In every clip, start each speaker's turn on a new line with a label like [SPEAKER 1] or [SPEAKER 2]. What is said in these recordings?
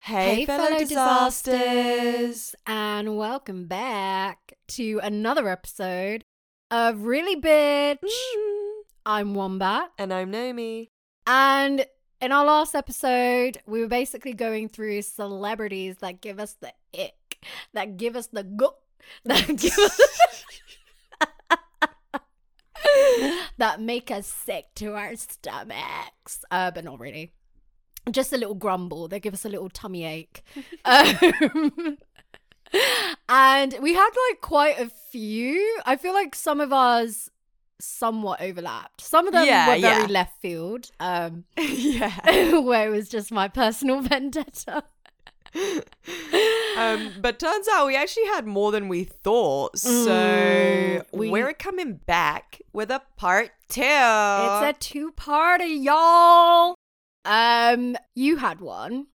[SPEAKER 1] Hey, fellow, disasters. and welcome back to another episode of Really Bitch. Mm-hmm. I'm Wombat,
[SPEAKER 2] And I'm Nomi.
[SPEAKER 1] and in our last episode, we were basically going through celebrities that give us the ick, that give us the go, that give us. that make us sick to our stomachs. Uh, but not really. Just a little grumble. They give us a little tummy ache. um, and we had like quite a few. I feel like some of ours somewhat overlapped. Some of them
[SPEAKER 2] Yeah,
[SPEAKER 1] were very
[SPEAKER 2] yeah.
[SPEAKER 1] left field. Um,
[SPEAKER 2] yeah.
[SPEAKER 1] where it was just my personal vendetta.
[SPEAKER 2] Um, but turns out we actually had more than we thought. So
[SPEAKER 1] Mm, we-
[SPEAKER 2] we... are coming back with a part two.
[SPEAKER 1] it's a two-parter, y'all. Um, you had one.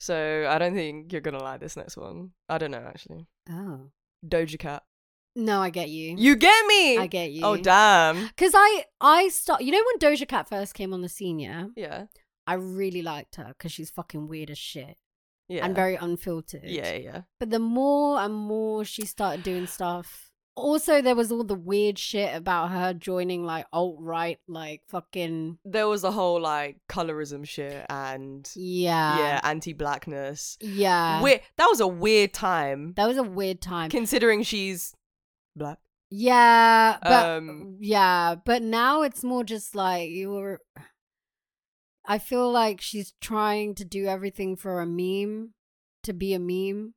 [SPEAKER 2] So I don't think you're going to like this next one. I don't know, actually.
[SPEAKER 1] Oh
[SPEAKER 2] Doja Cat.
[SPEAKER 1] no, I get you.
[SPEAKER 2] You get me!
[SPEAKER 1] I get you.
[SPEAKER 2] Oh, damn.
[SPEAKER 1] Because I, I start. You know when Doja Cat first came on the scene, yeah,
[SPEAKER 2] Yeah.
[SPEAKER 1] I really liked her because she's fucking weird as shit
[SPEAKER 2] Yeah.
[SPEAKER 1] and very unfiltered.
[SPEAKER 2] yeah, yeah.
[SPEAKER 1] But the more and more she started doing stuff. Also, there was all the weird shit about her joining like alt right, like fucking
[SPEAKER 2] There was a whole like colorism shit and yeah,
[SPEAKER 1] yeah,
[SPEAKER 2] anti blackness.
[SPEAKER 1] yeah.
[SPEAKER 2] Weird. That was a weird time.
[SPEAKER 1] That was a weird time.
[SPEAKER 2] considering she's black.
[SPEAKER 1] yeah, but
[SPEAKER 2] Um,
[SPEAKER 1] yeah, but now it's more just like you were. I feel like she's trying to do everything for a meme, to be a meme.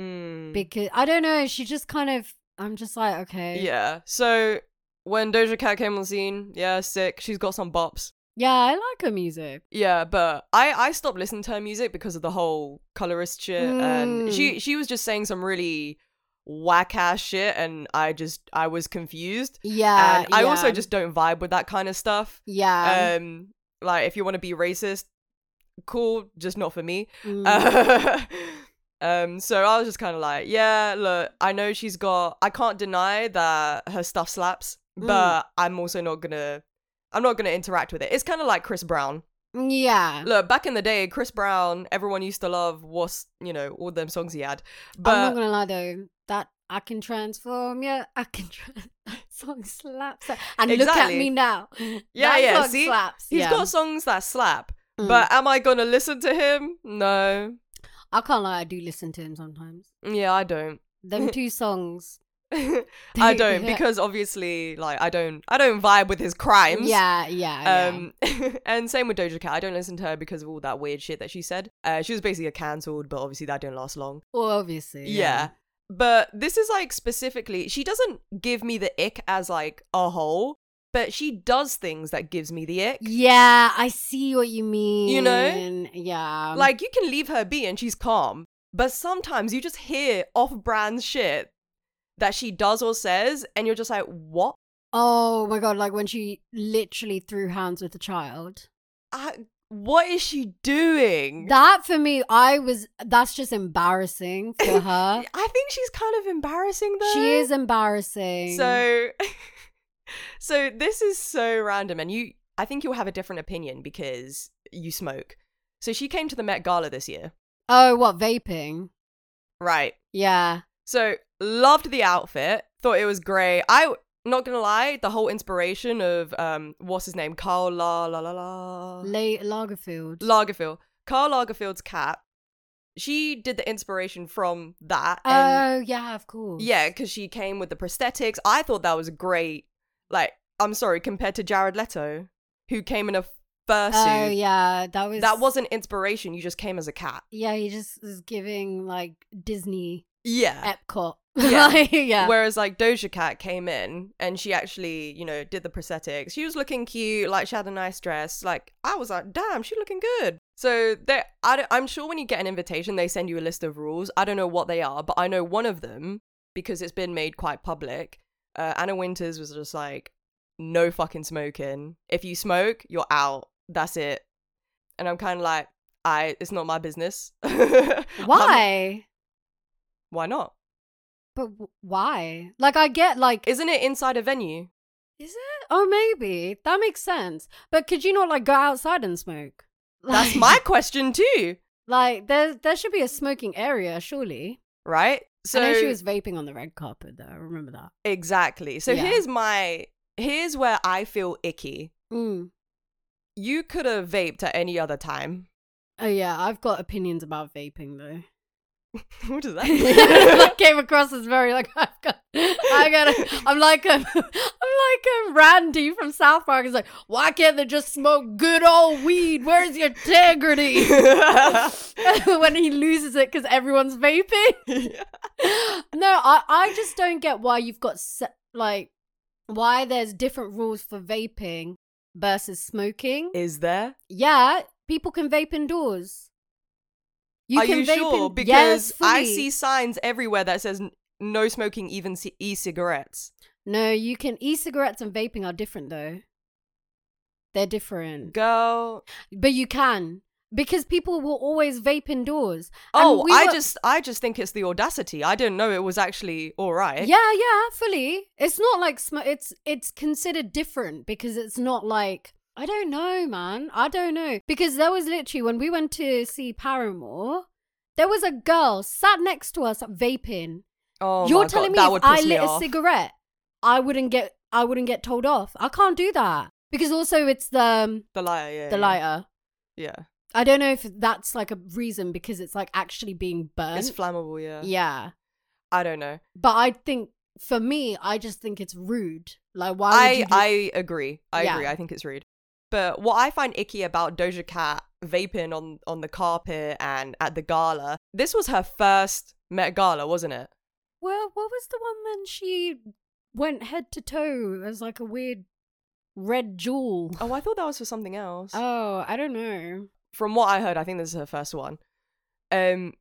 [SPEAKER 2] Mm,
[SPEAKER 1] Because I don't know, she just kind of. I'm just like, okay,
[SPEAKER 2] yeah. So when Doja Cat came on the scene, yeah, sick. She's got some bops.
[SPEAKER 1] yeah, I like her music.
[SPEAKER 2] Yeah, but I I stopped listening to her music because of the whole colorist shit, and
[SPEAKER 1] Mm.
[SPEAKER 2] she she was just saying some really whack ass shit, and I just I was confused,
[SPEAKER 1] Yeah,
[SPEAKER 2] and I
[SPEAKER 1] Uh, yeah,
[SPEAKER 2] also just don't vibe with that kind of stuff.
[SPEAKER 1] yeah.
[SPEAKER 2] um, like if you want to be racist, cool, just not for me.
[SPEAKER 1] mm,
[SPEAKER 2] Uh, um, so I was just kind of like, yeah, look, I know she's got. I can't deny that her stuff slaps,
[SPEAKER 1] Mm.
[SPEAKER 2] but I'm also not gonna. I'm not gonna interact with it. It's kind of like Chris Brown.
[SPEAKER 1] mm, yeah.
[SPEAKER 2] Look, back in the day, Chris Brown, everyone used to love was you know all them songs he had,
[SPEAKER 1] I'm not
[SPEAKER 2] but
[SPEAKER 1] gonna lie though, that I can transform, yeah, I can. Tra- that song slaps, and look at
[SPEAKER 2] Exactly.
[SPEAKER 1] me now.
[SPEAKER 2] Yeah,
[SPEAKER 1] that
[SPEAKER 2] yeah,
[SPEAKER 1] Song
[SPEAKER 2] see?
[SPEAKER 1] slaps.
[SPEAKER 2] he's
[SPEAKER 1] yeah.
[SPEAKER 2] got songs that slap.
[SPEAKER 1] Mm.
[SPEAKER 2] But am I gonna listen to him? No.
[SPEAKER 1] I can't lie, I do listen to him sometimes.
[SPEAKER 2] Yeah, I don't.
[SPEAKER 1] Them two songs.
[SPEAKER 2] I don't because obviously, like, I don't. I don't vibe with his crimes.
[SPEAKER 1] Yeah, yeah,
[SPEAKER 2] Um, and same with Doja Cat. I don't listen to her because of all that weird shit that she said. Uh, she was basically cancelled, but obviously that didn't last long.
[SPEAKER 1] yeah. Well, obviously.
[SPEAKER 2] Yeah. But this is like specifically, she doesn't give me the ick as like a whole, but she does things that gives me the ick.
[SPEAKER 1] Yeah, I see what you mean.
[SPEAKER 2] You know?
[SPEAKER 1] Yeah.
[SPEAKER 2] like you can leave her be and she's calm, but sometimes you just hear off-brand shit that she does or says, and you're just like, what?
[SPEAKER 1] oh my god, like when she literally threw hands with the child.
[SPEAKER 2] I- what is she doing?
[SPEAKER 1] That for me, I was. That's just embarrassing for her.
[SPEAKER 2] I think she's kind of embarrassing though.
[SPEAKER 1] she is embarrassing.
[SPEAKER 2] So, so this is so random, and you, I think you'll have a different opinion because you smoke. So she came to the Met Gala this year,
[SPEAKER 1] Oh, what vaping?
[SPEAKER 2] right?
[SPEAKER 1] Yeah.
[SPEAKER 2] So loved the outfit, thought it was great. I not gonna lie, the whole inspiration of um, what's his name, Carl La La La La
[SPEAKER 1] La- Lagerfield.
[SPEAKER 2] Lagerfeld, Carl Lagerfeld's cat. She did the inspiration from that, and
[SPEAKER 1] oh yeah, of course.
[SPEAKER 2] Yeah, because she came with the prosthetics. I thought that was great. Like, I'm sorry, compared to Jared Leto, who came in a fursuit.
[SPEAKER 1] Oh yeah, that was
[SPEAKER 2] That wasn't inspiration. You just came as a cat.
[SPEAKER 1] Yeah, he just is giving like Disney
[SPEAKER 2] Yeah.
[SPEAKER 1] Epcot.
[SPEAKER 2] Uh, Yeah.
[SPEAKER 1] Like, yeah.
[SPEAKER 2] Whereas, like, Doja Cat came in and she actually, you know, did the prosthetics. She was looking cute. Like, she had a nice dress. Like, I was like, damn, she looking good. So, there- I don't- I'm sure when you get an invitation, they send you a list of rules. I don't know what they are, but I know one of them, because it's been made quite public. Uh, Anna Winters was just like, no fucking smoking. If you smoke, you're out. That's it. And I'm kind of like, I, it's not my business. I'm-
[SPEAKER 1] why?
[SPEAKER 2] Why not?
[SPEAKER 1] But w- why? Like I get like
[SPEAKER 2] Isn't it inside a venue?
[SPEAKER 1] is it? Oh maybe. That makes sense. But could you not like go outside and smoke?
[SPEAKER 2] That's
[SPEAKER 1] Like-
[SPEAKER 2] my question too.
[SPEAKER 1] Like there, there should be a smoking area, surely.
[SPEAKER 2] right?
[SPEAKER 1] So,
[SPEAKER 2] So
[SPEAKER 1] I know she was vaping on the red carpet, though. I remember that.
[SPEAKER 2] exactly. So
[SPEAKER 1] Yeah.
[SPEAKER 2] here's my here's where I feel icky.
[SPEAKER 1] Mm.
[SPEAKER 2] You could have vaped at any other time.
[SPEAKER 1] Oh yeah, I've got opinions about vaping though.
[SPEAKER 2] what does that mean?
[SPEAKER 1] that came across as very like I've got, I got, I'm like a, I'm like a Randy from South Park. He's like, why can't they just smoke good old weed? Where's your integrity? when he loses it because everyone's vaping. No, I, I just don't get why you've got se- like why there's different rules for vaping versus smoking.
[SPEAKER 2] Is there?
[SPEAKER 1] Yeah, people can vape indoors. You
[SPEAKER 2] Are
[SPEAKER 1] can
[SPEAKER 2] you
[SPEAKER 1] vape
[SPEAKER 2] sure?
[SPEAKER 1] in-
[SPEAKER 2] because
[SPEAKER 1] yes,
[SPEAKER 2] I
[SPEAKER 1] fully.
[SPEAKER 2] see signs everywhere that says n- no smoking, even c- e-cigarettes.
[SPEAKER 1] No, you can. E-cigarettes and vaping are different, though. They're different,
[SPEAKER 2] Girl,
[SPEAKER 1] but you can because people will always vape indoors. And
[SPEAKER 2] oh,
[SPEAKER 1] we
[SPEAKER 2] I
[SPEAKER 1] were-
[SPEAKER 2] just, I just think it's the audacity. I didn't know it was actually all right.
[SPEAKER 1] yeah, yeah, fully. It's not like sm- it's it's considered different because it's not like I don't know, man. I don't know because there was literally when we went to see Paramore, there was a girl sat next to us vaping.
[SPEAKER 2] Oh,
[SPEAKER 1] You're
[SPEAKER 2] my God,
[SPEAKER 1] telling me
[SPEAKER 2] that
[SPEAKER 1] if
[SPEAKER 2] would
[SPEAKER 1] I
[SPEAKER 2] piss me
[SPEAKER 1] lit a
[SPEAKER 2] off.
[SPEAKER 1] cigarette, I wouldn't get I wouldn't get told off. I can't do that because also it's the um,
[SPEAKER 2] The lighter, yeah,
[SPEAKER 1] the
[SPEAKER 2] yeah,
[SPEAKER 1] lighter.
[SPEAKER 2] yeah.
[SPEAKER 1] I don't know if that's like a reason because it's like actually being burnt.
[SPEAKER 2] It's flammable, yeah.
[SPEAKER 1] yeah,
[SPEAKER 2] I don't know.
[SPEAKER 1] but I think for me, I just think it's rude. Like why? would
[SPEAKER 2] I
[SPEAKER 1] you do-
[SPEAKER 2] I agree. I
[SPEAKER 1] Yeah.
[SPEAKER 2] agree. I think it's rude. But what I find icky about Doja Cat vaping on on the carpet and at the gala. This was her first Met Gala, wasn't it?
[SPEAKER 1] well, what was the one then? She went head to toe as like a weird red jewel.
[SPEAKER 2] Oh, I thought that was for something else.
[SPEAKER 1] Oh, I don't know.
[SPEAKER 2] From what I heard, I think this is her first one. Um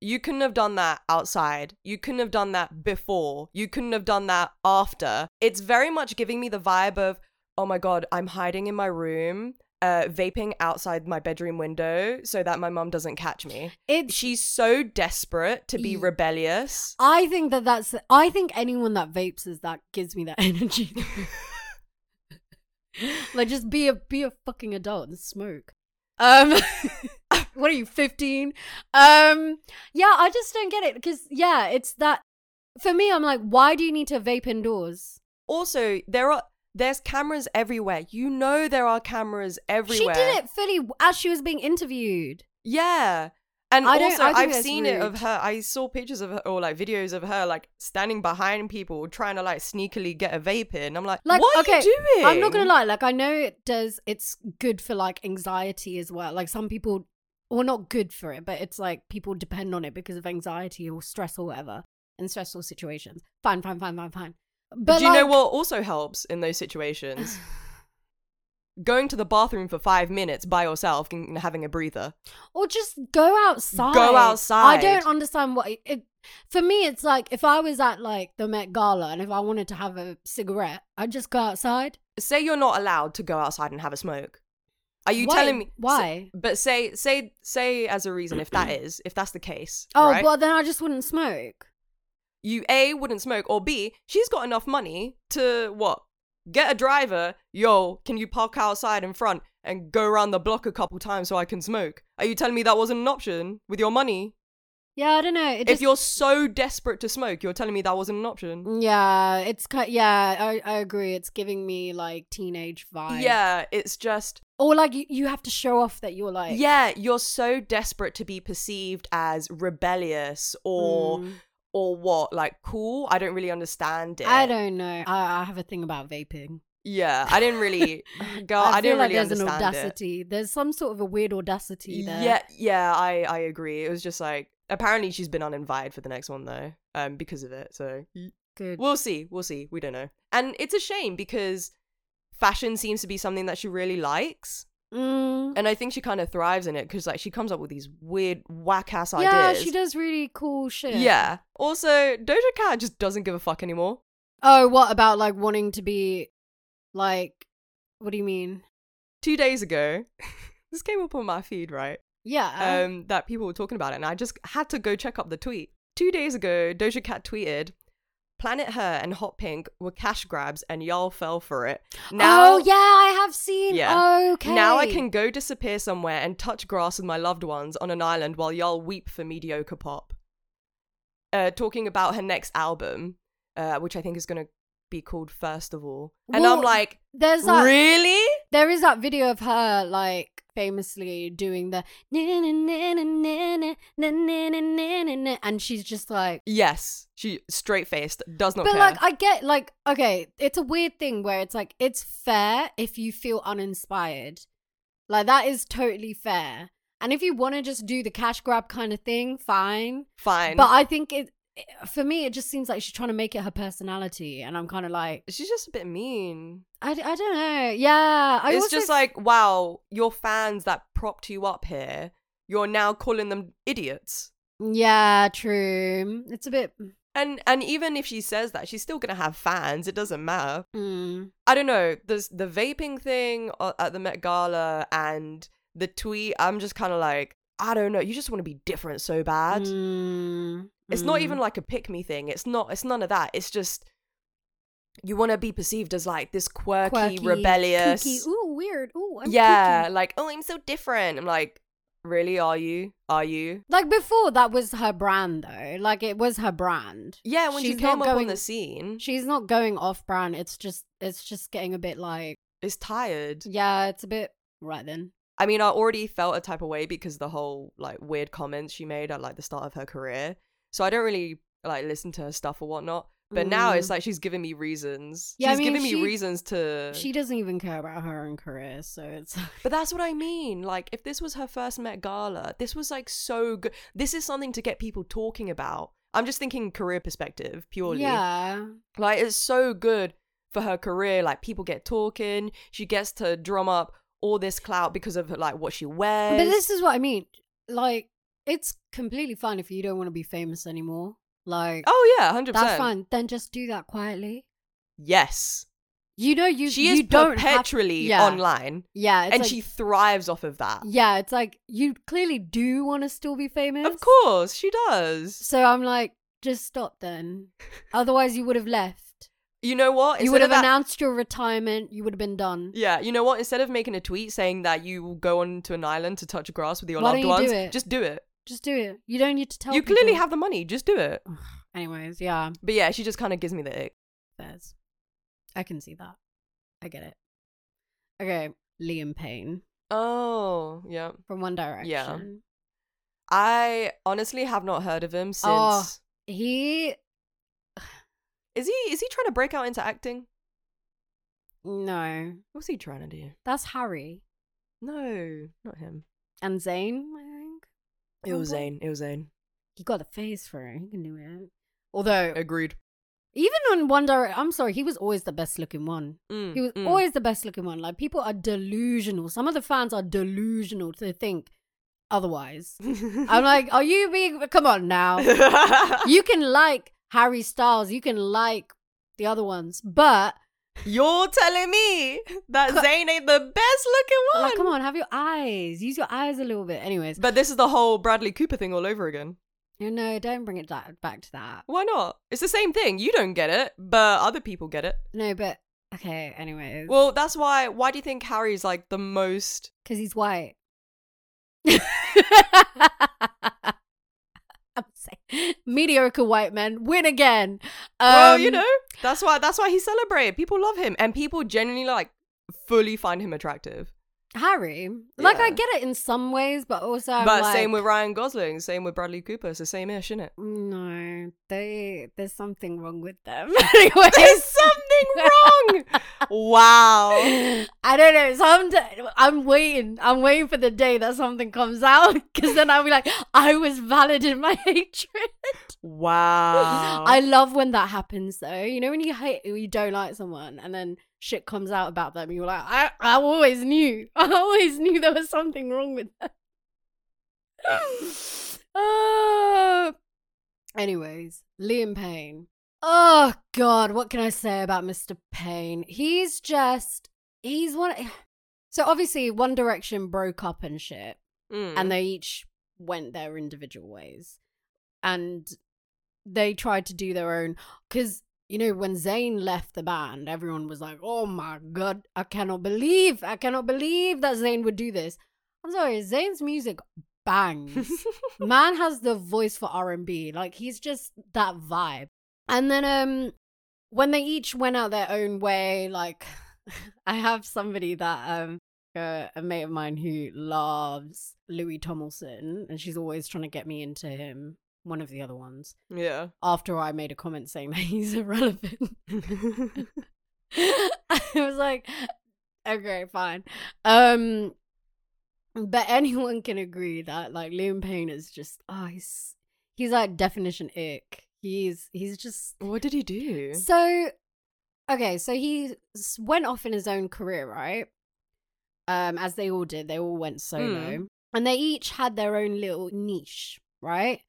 [SPEAKER 2] you couldn't have done that outside. You couldn't have done that before. You couldn't have done that after. It's very much giving me the vibe of, oh my god, I'm hiding in my room, uh, vaping outside my bedroom window so that my mum doesn't catch me.
[SPEAKER 1] It's
[SPEAKER 2] She's so desperate to be
[SPEAKER 1] Ye-
[SPEAKER 2] rebellious.
[SPEAKER 1] I think that that's. I think anyone that vapes is that gives me that energy. like, just be a be a fucking adult and smoke. Um, what are you, fifteen? Um, yeah, I just don't get it because yeah, it's that. For me, I'm like, why do you need to vape indoors?
[SPEAKER 2] Also, there are there's cameras everywhere. You know there are cameras everywhere.
[SPEAKER 1] She did it fully as she was being interviewed.
[SPEAKER 2] Yeah. And
[SPEAKER 1] I don't-
[SPEAKER 2] also,
[SPEAKER 1] I think
[SPEAKER 2] I've
[SPEAKER 1] that's
[SPEAKER 2] seen it of
[SPEAKER 1] rude.
[SPEAKER 2] her. I saw pictures of her or like videos of her like standing behind people trying to like sneakily get a vape in. I'm like,
[SPEAKER 1] Like,
[SPEAKER 2] what are
[SPEAKER 1] okay,
[SPEAKER 2] you doing?
[SPEAKER 1] I'm not gonna lie. Like I know it does. It's good for like anxiety as well. Like some people, well, not good for it, but it's like people depend on it because of anxiety or stress or whatever in stressful situations. Fine, fine, fine, fine, fine. But
[SPEAKER 2] Do you know
[SPEAKER 1] like-
[SPEAKER 2] what also helps in those situations? Going to the bathroom for five minutes by yourself and having a breather.
[SPEAKER 1] Or just go outside. I
[SPEAKER 2] outside.
[SPEAKER 1] don't understand what it, it. For me, it's like if I was at like the Met Gala and if I wanted to have a cigarette, I'd just go outside.
[SPEAKER 2] Say you're not allowed to go outside and have a smoke. Are you
[SPEAKER 1] Why?
[SPEAKER 2] telling me
[SPEAKER 1] Why?
[SPEAKER 2] but say, say, say as a reason if that is, if that's the case.
[SPEAKER 1] Oh,
[SPEAKER 2] right?
[SPEAKER 1] well, then I just wouldn't smoke.
[SPEAKER 2] you A wouldn't smoke or B, she's got enough money to what? Get a driver, yo, can you park outside in front and go around the block a couple times so I can smoke? Are you telling me that wasn't an option with your money?
[SPEAKER 1] Yeah, I don't know. It
[SPEAKER 2] if
[SPEAKER 1] just,
[SPEAKER 2] you're so desperate to smoke, you're telling me that wasn't an option?
[SPEAKER 1] Yeah, it's kind. Yeah, I, I agree. It's giving me like teenage vibe.
[SPEAKER 2] Yeah, it's just
[SPEAKER 1] or like you, you have to show off that you're like
[SPEAKER 2] yeah, you're so desperate to be perceived as rebellious or
[SPEAKER 1] mm,
[SPEAKER 2] or what? Like cool? I don't really understand it.
[SPEAKER 1] I don't know. I, I have a thing about vaping.
[SPEAKER 2] Yeah, I didn't really girl, Oh, I,
[SPEAKER 1] feel
[SPEAKER 2] didn't
[SPEAKER 1] like
[SPEAKER 2] really
[SPEAKER 1] there's
[SPEAKER 2] understand
[SPEAKER 1] an
[SPEAKER 2] it.
[SPEAKER 1] audacity. There's some sort of a weird audacity there.
[SPEAKER 2] Yeah, yeah, I I agree. It was just like apparently she's been uninvited for the next one though, um, because of it. So
[SPEAKER 1] Good.
[SPEAKER 2] we'll see, we'll see. We don't know, and it's a shame because fashion seems to be something that she really likes,
[SPEAKER 1] Mm,
[SPEAKER 2] and I think she kind of thrives in it because like she comes up with these weird whack ass
[SPEAKER 1] yeah,
[SPEAKER 2] ideas.
[SPEAKER 1] she does really cool shit.
[SPEAKER 2] Yeah. Also, Doja Cat just doesn't give a fuck anymore.
[SPEAKER 1] Oh, what about like wanting to be like? What do you mean?
[SPEAKER 2] Two days ago, this came up on my feed, right?
[SPEAKER 1] Yeah.
[SPEAKER 2] um, that people were talking about it, and I just had to go check up the tweet. Two days ago, Doja Cat tweeted, "Planet Her and Hot Pink were cash grabs, and y'all fell for it." Now,
[SPEAKER 1] oh yeah, I have seen.
[SPEAKER 2] Yeah.
[SPEAKER 1] Okay.
[SPEAKER 2] Now I can go disappear somewhere and touch grass with my loved ones on an island while y'all weep for mediocre pop. Uh, talking about her next album, uh, which I think is going to be called First of All. And
[SPEAKER 1] Well,
[SPEAKER 2] I'm like,
[SPEAKER 1] There's that.
[SPEAKER 2] really?
[SPEAKER 1] There is that video of her like famously doing the na na na na na na na na na na na na, and she's just like.
[SPEAKER 2] Yes. She straight faced, does not
[SPEAKER 1] But
[SPEAKER 2] care.
[SPEAKER 1] like I get like okay, it's a weird thing where it's like it's fair if you feel uninspired. Like that is totally fair. And if you want to just do the cash grab kind of thing, fine.
[SPEAKER 2] Fine.
[SPEAKER 1] But I think it for me it just seems like she's trying to make it her personality and I'm kind of like
[SPEAKER 2] She's just a bit mean.
[SPEAKER 1] I, I don't know. Yeah, I
[SPEAKER 2] it's
[SPEAKER 1] also
[SPEAKER 2] just like, wow, your fans that propped you up here, you're now calling them idiots.
[SPEAKER 1] Yeah, true. It's a bit
[SPEAKER 2] And and even if she says that, she's still gonna have fans. It doesn't matter.
[SPEAKER 1] mm,
[SPEAKER 2] I don't know. There's the vaping thing o- at the Met Gala and the tweet. I'm just kind of like, I don't know. You just want to be different so bad.
[SPEAKER 1] mm,
[SPEAKER 2] It's not
[SPEAKER 1] mm.
[SPEAKER 2] even like a pick me thing. It's not. It's none of that. It's just you want to be perceived as like this quirky,
[SPEAKER 1] mm. Quirky,
[SPEAKER 2] rebellious.
[SPEAKER 1] kooky. Ooh, weird. Ooh, I'm
[SPEAKER 2] yeah,
[SPEAKER 1] kooky.
[SPEAKER 2] like oh, I'm so different. I'm like, really? Are you? Are you?
[SPEAKER 1] Like before, that was her brand though. Like it was her brand.
[SPEAKER 2] Yeah. When she
[SPEAKER 1] She's not
[SPEAKER 2] came up on
[SPEAKER 1] going-
[SPEAKER 2] the scene,
[SPEAKER 1] She's not going off brand. It's just it's just getting a bit like
[SPEAKER 2] is tired.
[SPEAKER 1] yeah, it's a bit right then.
[SPEAKER 2] I mean, I already felt a type of way because the whole like weird comments she made at like the start of her career. So I don't really like listen to her stuff or whatnot. But now
[SPEAKER 1] Mm.
[SPEAKER 2] it's like she's giving me reasons.
[SPEAKER 1] Yeah, I
[SPEAKER 2] she's
[SPEAKER 1] mean,
[SPEAKER 2] giving
[SPEAKER 1] she-
[SPEAKER 2] me reasons to.
[SPEAKER 1] Mm. She doesn't even care about her own career, so it's
[SPEAKER 2] But that's what I mean. Like, if this was her first Met Gala, this was like so good. This is something to get people talking about. I'm just thinking career perspective purely.
[SPEAKER 1] yeah.
[SPEAKER 2] Like it's so good for her career. Like people get talking. She gets to drum up all this clout because of like what she wears.
[SPEAKER 1] But this is what I mean. Like it's completely fine if you don't want to be famous anymore. Like
[SPEAKER 2] oh yeah, hundred percent.
[SPEAKER 1] that's fine. Then just do that quietly.
[SPEAKER 2] Yes,
[SPEAKER 1] You know you
[SPEAKER 2] she
[SPEAKER 1] you
[SPEAKER 2] is
[SPEAKER 1] don't
[SPEAKER 2] perpetually
[SPEAKER 1] have, yeah,
[SPEAKER 2] online,
[SPEAKER 1] Yeah, it's
[SPEAKER 2] and
[SPEAKER 1] like-
[SPEAKER 2] she thrives off of that.
[SPEAKER 1] Yeah, it's like you clearly do want to still be famous.
[SPEAKER 2] Of course, she does.
[SPEAKER 1] So I'm like, just stop then. Otherwise, you would have left.
[SPEAKER 2] You know what?
[SPEAKER 1] you would have
[SPEAKER 2] of that-
[SPEAKER 1] announced your retirement. You would have been done.
[SPEAKER 2] Yeah, you know what? Instead of making a tweet saying that you will go onto an island to touch grass with your
[SPEAKER 1] Why
[SPEAKER 2] loved
[SPEAKER 1] don't you
[SPEAKER 2] ones,
[SPEAKER 1] do it?
[SPEAKER 2] just do it.
[SPEAKER 1] Just do it. You don't need to tell.
[SPEAKER 2] you
[SPEAKER 1] people.
[SPEAKER 2] clearly have the money, just do it.
[SPEAKER 1] Anyways, yeah,
[SPEAKER 2] But yeah, she just kind of gives me the ick.
[SPEAKER 1] there's. I can see that. I get it. Okay, Liam Payne
[SPEAKER 2] Oh, yeah.
[SPEAKER 1] from One Direction.
[SPEAKER 2] I honestly have not heard of him since.
[SPEAKER 1] Oh. He
[SPEAKER 2] Is he is he trying to break out into acting?
[SPEAKER 1] no,
[SPEAKER 2] What's he trying to do?
[SPEAKER 1] that's Harry
[SPEAKER 2] No, not him.
[SPEAKER 1] and Zayn. I think
[SPEAKER 2] It was
[SPEAKER 1] Probably.
[SPEAKER 2] Zane. It was Zane.
[SPEAKER 1] He got the face for it. He can do it. Although
[SPEAKER 2] Agreed.
[SPEAKER 1] Even on One Direction, I'm sorry, he was always the best looking one.
[SPEAKER 2] Mm,
[SPEAKER 1] He was
[SPEAKER 2] mm.
[SPEAKER 1] always the best looking one. Like people are delusional. Some of the fans are delusional to think otherwise. I'm like, oh. are you being? Come on now. You can like Harry Styles. You can like the other ones, but
[SPEAKER 2] You're telling me that
[SPEAKER 1] Co-
[SPEAKER 2] Zayn ain't the best looking one.
[SPEAKER 1] like, come on, have your eyes. Use your eyes a little bit. Anyways,
[SPEAKER 2] But this is the whole Bradley Cooper thing all over again.
[SPEAKER 1] you know, don't bring it da- back to that.
[SPEAKER 2] Why not? It's the same thing. You don't get it, but other people get it.
[SPEAKER 1] No, but okay. Anyways,
[SPEAKER 2] Well, that's why. Why do you think Harry's like the most?
[SPEAKER 1] because he's white. I'm saying mediocre white men win again. Um,
[SPEAKER 2] well, you know, that's why. That's why he's celebrated. People love him, and people genuinely like fully find him attractive.
[SPEAKER 1] Harry. Like I
[SPEAKER 2] Yeah.
[SPEAKER 1] get it in some ways, but also I'm
[SPEAKER 2] but
[SPEAKER 1] like,
[SPEAKER 2] same with Ryan Gosling, same with Bradley Cooper. It's the same ish, isn't it?
[SPEAKER 1] no, they there's something wrong with them. Anyways,
[SPEAKER 2] There's something wrong. wow.
[SPEAKER 1] I don't know. Somet- I'm waiting. I'm waiting for the day that something comes out because then I'll be like, I was valid in my hatred.
[SPEAKER 2] Wow.
[SPEAKER 1] I love when that happens though. You know when you hate you don't like someone and then shit comes out about them, you're like, I, I always knew. I always knew there was something wrong with them. oh. Anyways, Liam Payne. Oh god, what can I say about Mr. Payne? He's just he's one So obviously One Direction broke up and shit
[SPEAKER 2] Mm.
[SPEAKER 1] and they each went their individual ways and they tried to do their own because you know, when Zayn left the band, everyone was like, oh my God, I cannot believe, I cannot believe that Zayn would do this. I'm sorry, Zayn's music bangs. Man has the voice for R&B. Like, he's just that vibe. And then um, when they each went out their own way, like, I have somebody that um, a, a mate of mine who loves Louis Tomlinson, and she's always trying to get me into him. One of the other ones.
[SPEAKER 2] yeah.
[SPEAKER 1] After I made a comment saying that he's irrelevant, I was like, okay, fine. Um, but anyone can agree that like Liam Payne is just oh he's he's like definition ick. He's he's just
[SPEAKER 2] What did he do?
[SPEAKER 1] so, okay, so he s- went off in his own career, right? Um, as they all did, they all went solo, and they each had their own little niche, right?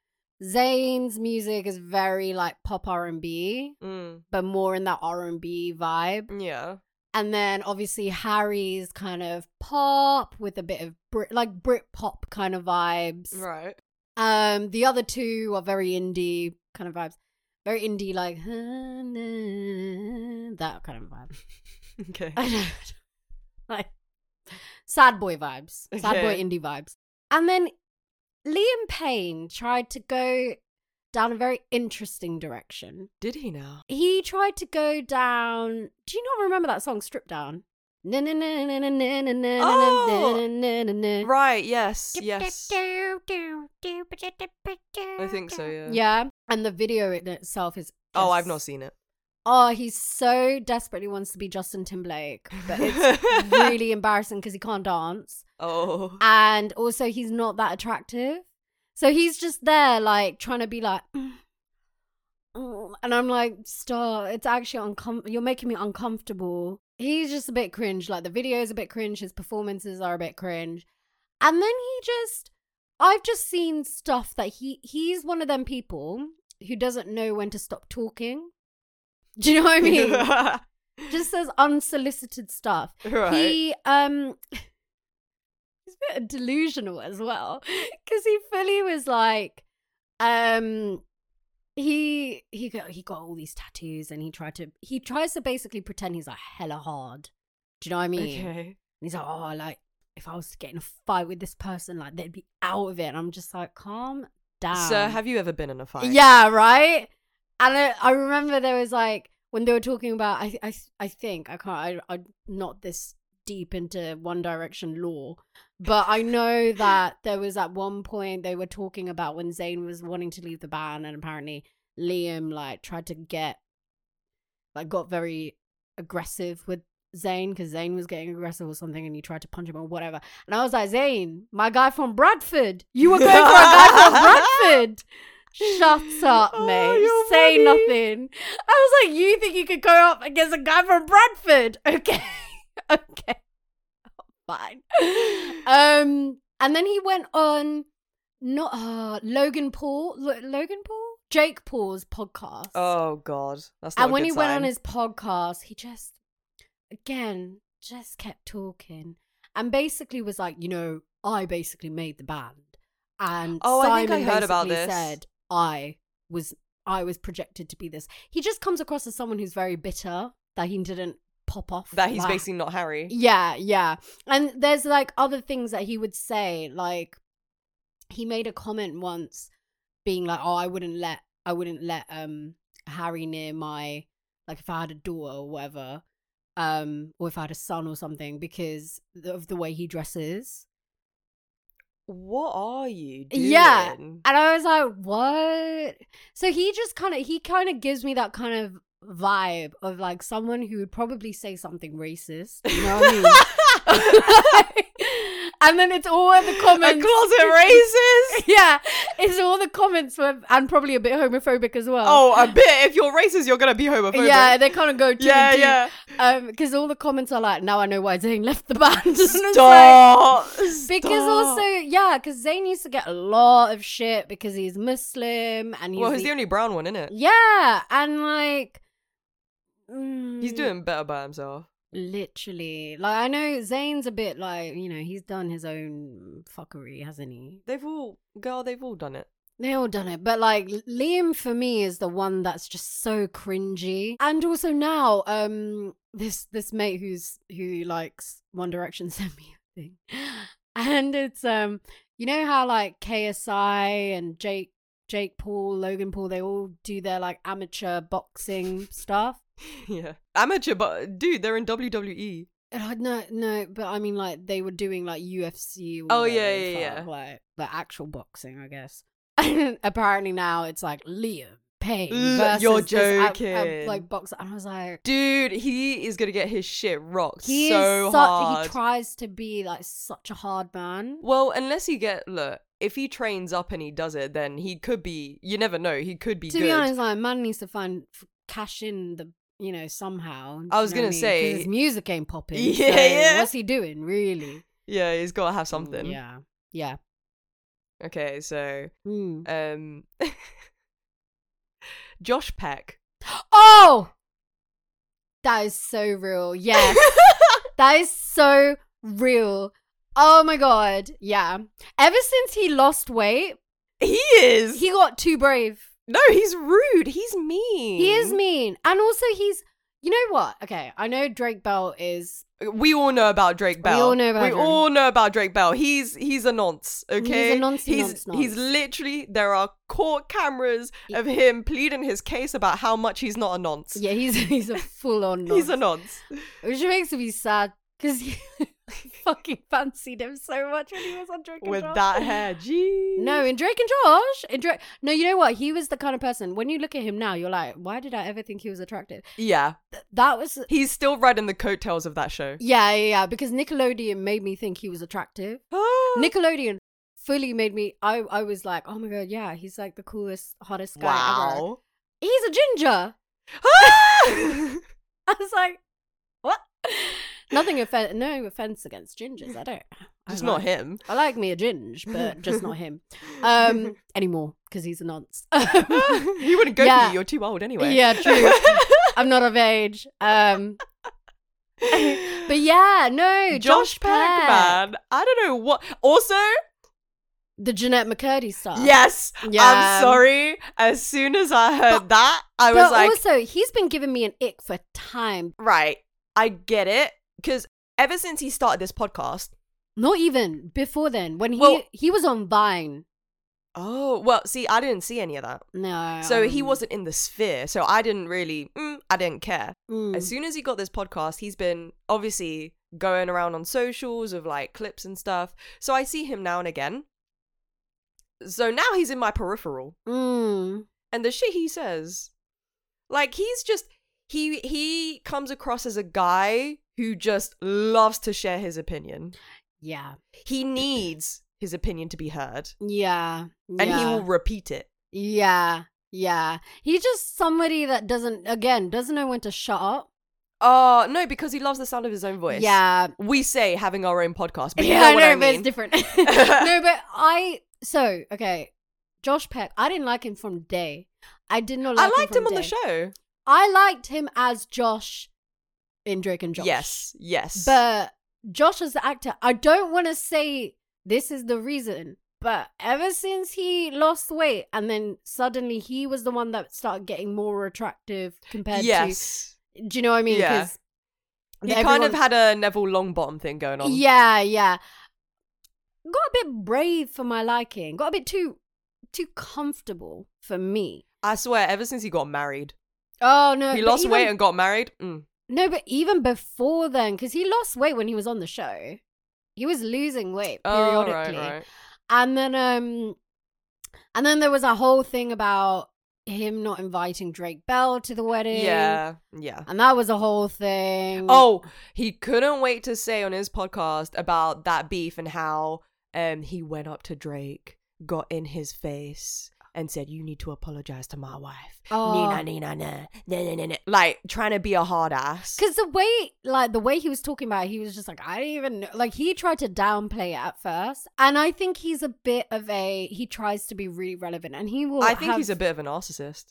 [SPEAKER 1] Zayn's music is very like pop R and B,
[SPEAKER 2] Mm,
[SPEAKER 1] but more in that R and B vibe.
[SPEAKER 2] yeah.
[SPEAKER 1] And then obviously Harry's kind of pop with a bit of Brit, like Brit pop kind of vibes.
[SPEAKER 2] Right.
[SPEAKER 1] Um, the other two are very indie kind of vibes, very indie like that kind of vibe.
[SPEAKER 2] Okay.
[SPEAKER 1] I don't know. like sad boy vibes, sad boy
[SPEAKER 2] Okay.
[SPEAKER 1] indie vibes. And then Liam Payne tried to go down a very interesting direction.
[SPEAKER 2] Did he now?
[SPEAKER 1] He tried to go down. Do you not remember that song "Strip Down"? Oh,
[SPEAKER 2] Right. Yes. Yes. I think so. Yeah.
[SPEAKER 1] Yeah, and the video in itself is.
[SPEAKER 2] Oh,
[SPEAKER 1] just-
[SPEAKER 2] I've not seen it.
[SPEAKER 1] Oh, he so desperately wants to be Justin Timberlake, but it's really embarrassing because he can't dance,
[SPEAKER 2] Oh.
[SPEAKER 1] and also he's not that attractive. So he's just there, like trying to be like, "Mm, mm," and I'm like, stop! It's actually uncomfortable. You're making me uncomfortable. He's just a bit cringe. Like the video is a bit cringe. His performances are a bit cringe, and then he just. I've just seen stuff that he he's one of them people who doesn't know when to stop talking. Do you know what I mean? just says unsolicited stuff.
[SPEAKER 2] Right.
[SPEAKER 1] He um he's a bit delusional as well because he fully was like um he he got he got all these tattoos and he tried to he tries to basically pretend he's like hella hard. Do you know what I mean? And
[SPEAKER 2] okay.
[SPEAKER 1] he's like oh like if I was to get in a fight with this person like they'd be out of it. And I'm just like calm down.
[SPEAKER 2] Sir, have you ever been in a fight?
[SPEAKER 1] Yeah, right. And I, I remember there was like when they were talking about I I I think I can't I I'm not this deep into One Direction lore, but I know that there was at one point they were talking about when Zayn was wanting to leave the band and apparently Liam like tried to get like got very aggressive with Zayn because Zayn was getting aggressive or something and he tried to punch him or whatever. And I was like, Zayn, my guy from Bradford. You were going for a guy from Bradford. Shut up,
[SPEAKER 2] Oh,
[SPEAKER 1] mate.
[SPEAKER 2] you're
[SPEAKER 1] Say
[SPEAKER 2] funny.
[SPEAKER 1] nothing. I was like, you think you could go up against a guy from Bradford? Okay. okay. Fine. Um, and then he went on not uh, Logan Paul. Lo- Logan Paul? Jake Paul's podcast.
[SPEAKER 2] Oh God, that's not
[SPEAKER 1] And
[SPEAKER 2] a
[SPEAKER 1] when
[SPEAKER 2] good
[SPEAKER 1] he went on
[SPEAKER 2] sign.
[SPEAKER 1] his podcast, he just, again, just kept talking and basically was like, you know, I basically made the band. And
[SPEAKER 2] Oh, I think
[SPEAKER 1] Simon
[SPEAKER 2] I heard about
[SPEAKER 1] basically
[SPEAKER 2] this.
[SPEAKER 1] said, I was, I was projected to be this. He just comes across as someone who's very bitter that he didn't pop off.
[SPEAKER 2] that he's
[SPEAKER 1] like-
[SPEAKER 2] basically not Harry.
[SPEAKER 1] Yeah, yeah. And there's like other things that he would say. Like he made a comment once being like, Oh, I wouldn't let I wouldn't let um Harry near my like if I had a daughter or whatever, um, or if I had a son or something, because of the way he dresses.
[SPEAKER 2] What are you doing?
[SPEAKER 1] Yeah. And I was like, what? So he just kind of he kind of gives me that kind of vibe of like someone who would probably say something racist. You know what I mean? and then it's all in the
[SPEAKER 2] A
[SPEAKER 1] comments.
[SPEAKER 2] closet racist.
[SPEAKER 1] Yeah, it's all the comments were, and probably a bit homophobic as well.
[SPEAKER 2] oh, a bit. If you're racist, you're gonna be Oh, homophobic.
[SPEAKER 1] yeah, they kind of go too
[SPEAKER 2] yeah,
[SPEAKER 1] deep.
[SPEAKER 2] yeah.
[SPEAKER 1] because all the comments are like, now I know why Zayn left the band. And it's like-
[SPEAKER 2] Stop.
[SPEAKER 1] because also, yeah, because Zayn used to get a lot of shit because he's Muslim and he's
[SPEAKER 2] well, he's
[SPEAKER 1] the-
[SPEAKER 2] the only brown one, isn't it?
[SPEAKER 1] yeah, and like
[SPEAKER 2] He's
[SPEAKER 1] mm,
[SPEAKER 2] doing better by himself.
[SPEAKER 1] literally like I know Zayn's a bit like you know he's done his own fuckery, hasn't he?
[SPEAKER 2] They've all, girl, they've all done it.
[SPEAKER 1] They all done it, but like Liam for me is the one that's just so cringy. And also now, um, this this mate who's who likes One Direction sent me a thing, and it's um, you know how like KSI and Jake Jake Paul, Logan Paul, they all do their like amateur boxing stuff.
[SPEAKER 2] Yeah. Amateur, but dude, they're in E. WWE.
[SPEAKER 1] And I- No, no, but I mean like they were doing like UFC. Or
[SPEAKER 2] Oh,
[SPEAKER 1] whatever
[SPEAKER 2] yeah,
[SPEAKER 1] the
[SPEAKER 2] yeah,
[SPEAKER 1] fuck,
[SPEAKER 2] yeah.
[SPEAKER 1] Like the actual boxing, I guess. Apparently now it's like Liam Payne
[SPEAKER 2] L-
[SPEAKER 1] versus
[SPEAKER 2] you're
[SPEAKER 1] this ab- ab-
[SPEAKER 2] joking.
[SPEAKER 1] like boxer, and I was like,
[SPEAKER 2] Dude, he is gonna get his shit rocked
[SPEAKER 1] he is
[SPEAKER 2] so
[SPEAKER 1] su-
[SPEAKER 2] hard.
[SPEAKER 1] He tries to be like such a hard man.
[SPEAKER 2] well, unless he get look, if he trains up and he does it, then he could be. You never know. He could be
[SPEAKER 1] to
[SPEAKER 2] good.
[SPEAKER 1] be honest, like man needs to find f- cash in the you know somehow.
[SPEAKER 2] I
[SPEAKER 1] do
[SPEAKER 2] was
[SPEAKER 1] you know
[SPEAKER 2] gonna
[SPEAKER 1] what mean? 'Cause
[SPEAKER 2] say-
[SPEAKER 1] his music ain't popping.
[SPEAKER 2] Yeah,
[SPEAKER 1] Yeah,
[SPEAKER 2] yeah.
[SPEAKER 1] What's he doing really?
[SPEAKER 2] yeah, he's got to have something.
[SPEAKER 1] Mm, Yeah, yeah.
[SPEAKER 2] Okay, so
[SPEAKER 1] Mm.
[SPEAKER 2] um, Josh Peck.
[SPEAKER 1] Oh, that is so real. Yes, that is so real. Oh my god, yeah. Ever since he lost weight,
[SPEAKER 2] he is.
[SPEAKER 1] he got too brave.
[SPEAKER 2] no, he's rude. He's mean.
[SPEAKER 1] He is mean, and also he's. You know what? Okay, I know Drake Bell is
[SPEAKER 2] We all know about Drake Bell.
[SPEAKER 1] all know about
[SPEAKER 2] We
[SPEAKER 1] him.
[SPEAKER 2] all know about Drake Bell. He's he's a nonce. Okay,
[SPEAKER 1] noncy
[SPEAKER 2] He's,
[SPEAKER 1] nonce
[SPEAKER 2] he's
[SPEAKER 1] nonce.
[SPEAKER 2] literally there are court cameras of him pleading his case about how much he's not a nonce.
[SPEAKER 1] yeah, he's he's a full on
[SPEAKER 2] He's a nonce.
[SPEAKER 1] which makes me sad because he fucking fancied him so much when he was on Drake and
[SPEAKER 2] With
[SPEAKER 1] Josh.
[SPEAKER 2] that hair, gee.
[SPEAKER 1] No, in Drake and Josh, in Drake. No, you know what? He was the kind of person when you look at him now, you're like, why did I ever think he was attractive?
[SPEAKER 2] Yeah,
[SPEAKER 1] Th- That was
[SPEAKER 2] he's still riding the coattails of that show.
[SPEAKER 1] yeah, yeah, yeah. Because Nickelodeon made me think he was attractive. Nickelodeon fully made me. I I was like, oh my god, yeah, he's like the coolest, hottest guy ever.
[SPEAKER 2] wow.
[SPEAKER 1] He's a ginger. I was like, what? Nothing offense. No offense against gingers. I don't. I
[SPEAKER 2] Just
[SPEAKER 1] like-
[SPEAKER 2] not him.
[SPEAKER 1] I like me a ginge, but just not him um anymore because he's a nonce. Um,
[SPEAKER 2] he wouldn't go for
[SPEAKER 1] Yeah.
[SPEAKER 2] you. You're too old anyway.
[SPEAKER 1] Yeah, true. I'm not of age. Um, but yeah, no,
[SPEAKER 2] Josh, Peck, man. I don't know what. Also,
[SPEAKER 1] the Jeanette McCurdy
[SPEAKER 2] Uh,
[SPEAKER 1] stuff.
[SPEAKER 2] yes.
[SPEAKER 1] Yeah.
[SPEAKER 2] I'm sorry. As soon as I heard that, I was
[SPEAKER 1] but
[SPEAKER 2] like,
[SPEAKER 1] also he's been giving me an ick for time.
[SPEAKER 2] right, I get it. Because ever since he started this podcast,
[SPEAKER 1] Not even before then, when he
[SPEAKER 2] Well-
[SPEAKER 1] he was on Vine.
[SPEAKER 2] oh well. See, I didn't see any of that.
[SPEAKER 1] No,
[SPEAKER 2] So he
[SPEAKER 1] um,
[SPEAKER 2] wasn't in the sphere. So I didn't really. Mm, I didn't care.
[SPEAKER 1] mm,
[SPEAKER 2] As soon as he got this podcast, he's been obviously going around on socials of like clips and stuff. So I see him now and again. So now he's in my peripheral.
[SPEAKER 1] mm,
[SPEAKER 2] and the shit he says like he's just he he comes across as a guy who just loves to share his opinion
[SPEAKER 1] yeah,
[SPEAKER 2] he needs his opinion to be heard
[SPEAKER 1] yeah,
[SPEAKER 2] and he
[SPEAKER 1] yeah.
[SPEAKER 2] will repeat it
[SPEAKER 1] Yeah, yeah. He's just somebody that doesn't, again, doesn't know when to shut up.
[SPEAKER 2] oh no because he loves the sound of his own voice
[SPEAKER 1] Yeah,
[SPEAKER 2] we say having our own podcast but you
[SPEAKER 1] yeah,
[SPEAKER 2] know
[SPEAKER 1] I
[SPEAKER 2] what
[SPEAKER 1] know,
[SPEAKER 2] i
[SPEAKER 1] but it's
[SPEAKER 2] mean
[SPEAKER 1] different. no, but I so okay. Josh Peck, I didn't like him from day. I did not.
[SPEAKER 2] i
[SPEAKER 1] Like
[SPEAKER 2] liked
[SPEAKER 1] from
[SPEAKER 2] him on the
[SPEAKER 1] day.
[SPEAKER 2] show
[SPEAKER 1] I liked him as Josh in Drake and Josh.
[SPEAKER 2] yes yes
[SPEAKER 1] but Josh as the actor, I don't want to say this is the reason. But ever since he lost weight, and then suddenly he was the one that started getting more attractive compared
[SPEAKER 2] yes
[SPEAKER 1] to. Do you know what I mean?
[SPEAKER 2] Yeah.
[SPEAKER 1] 'Cause
[SPEAKER 2] he kind
[SPEAKER 1] everyone-
[SPEAKER 2] of had a neville longbottom thing going on
[SPEAKER 1] Yeah, yeah. Got a bit brave for my liking. Got a bit too too comfortable for me.
[SPEAKER 2] i swear ever since he got married
[SPEAKER 1] Oh no,
[SPEAKER 2] he
[SPEAKER 1] but
[SPEAKER 2] lost
[SPEAKER 1] even-
[SPEAKER 2] weight and got married mm.
[SPEAKER 1] no, but even before then, because he lost weight when he was on the show, he was losing weight
[SPEAKER 2] Oh,
[SPEAKER 1] periodically,
[SPEAKER 2] right, right.
[SPEAKER 1] and then um, and then there was a whole thing about him not inviting Drake Bell to the wedding.
[SPEAKER 2] Yeah, yeah.
[SPEAKER 1] and that was a whole thing.
[SPEAKER 2] Oh, he couldn't wait to say on his podcast about that beef and how um he went up to Drake, got in his face, and said, "You need to apologize to my wife." Nina,
[SPEAKER 1] Oh.
[SPEAKER 2] Nina, nah, nah, nah, nah, nah. like trying to be a hard ass.
[SPEAKER 1] Because the way, like the way he was talking about it, he was just like, I didn't even know. Like he tried to downplay it at first, and I think he's a bit of a. He tries to be really relevant, and he will.
[SPEAKER 2] I think
[SPEAKER 1] have-
[SPEAKER 2] he's a bit of a narcissist.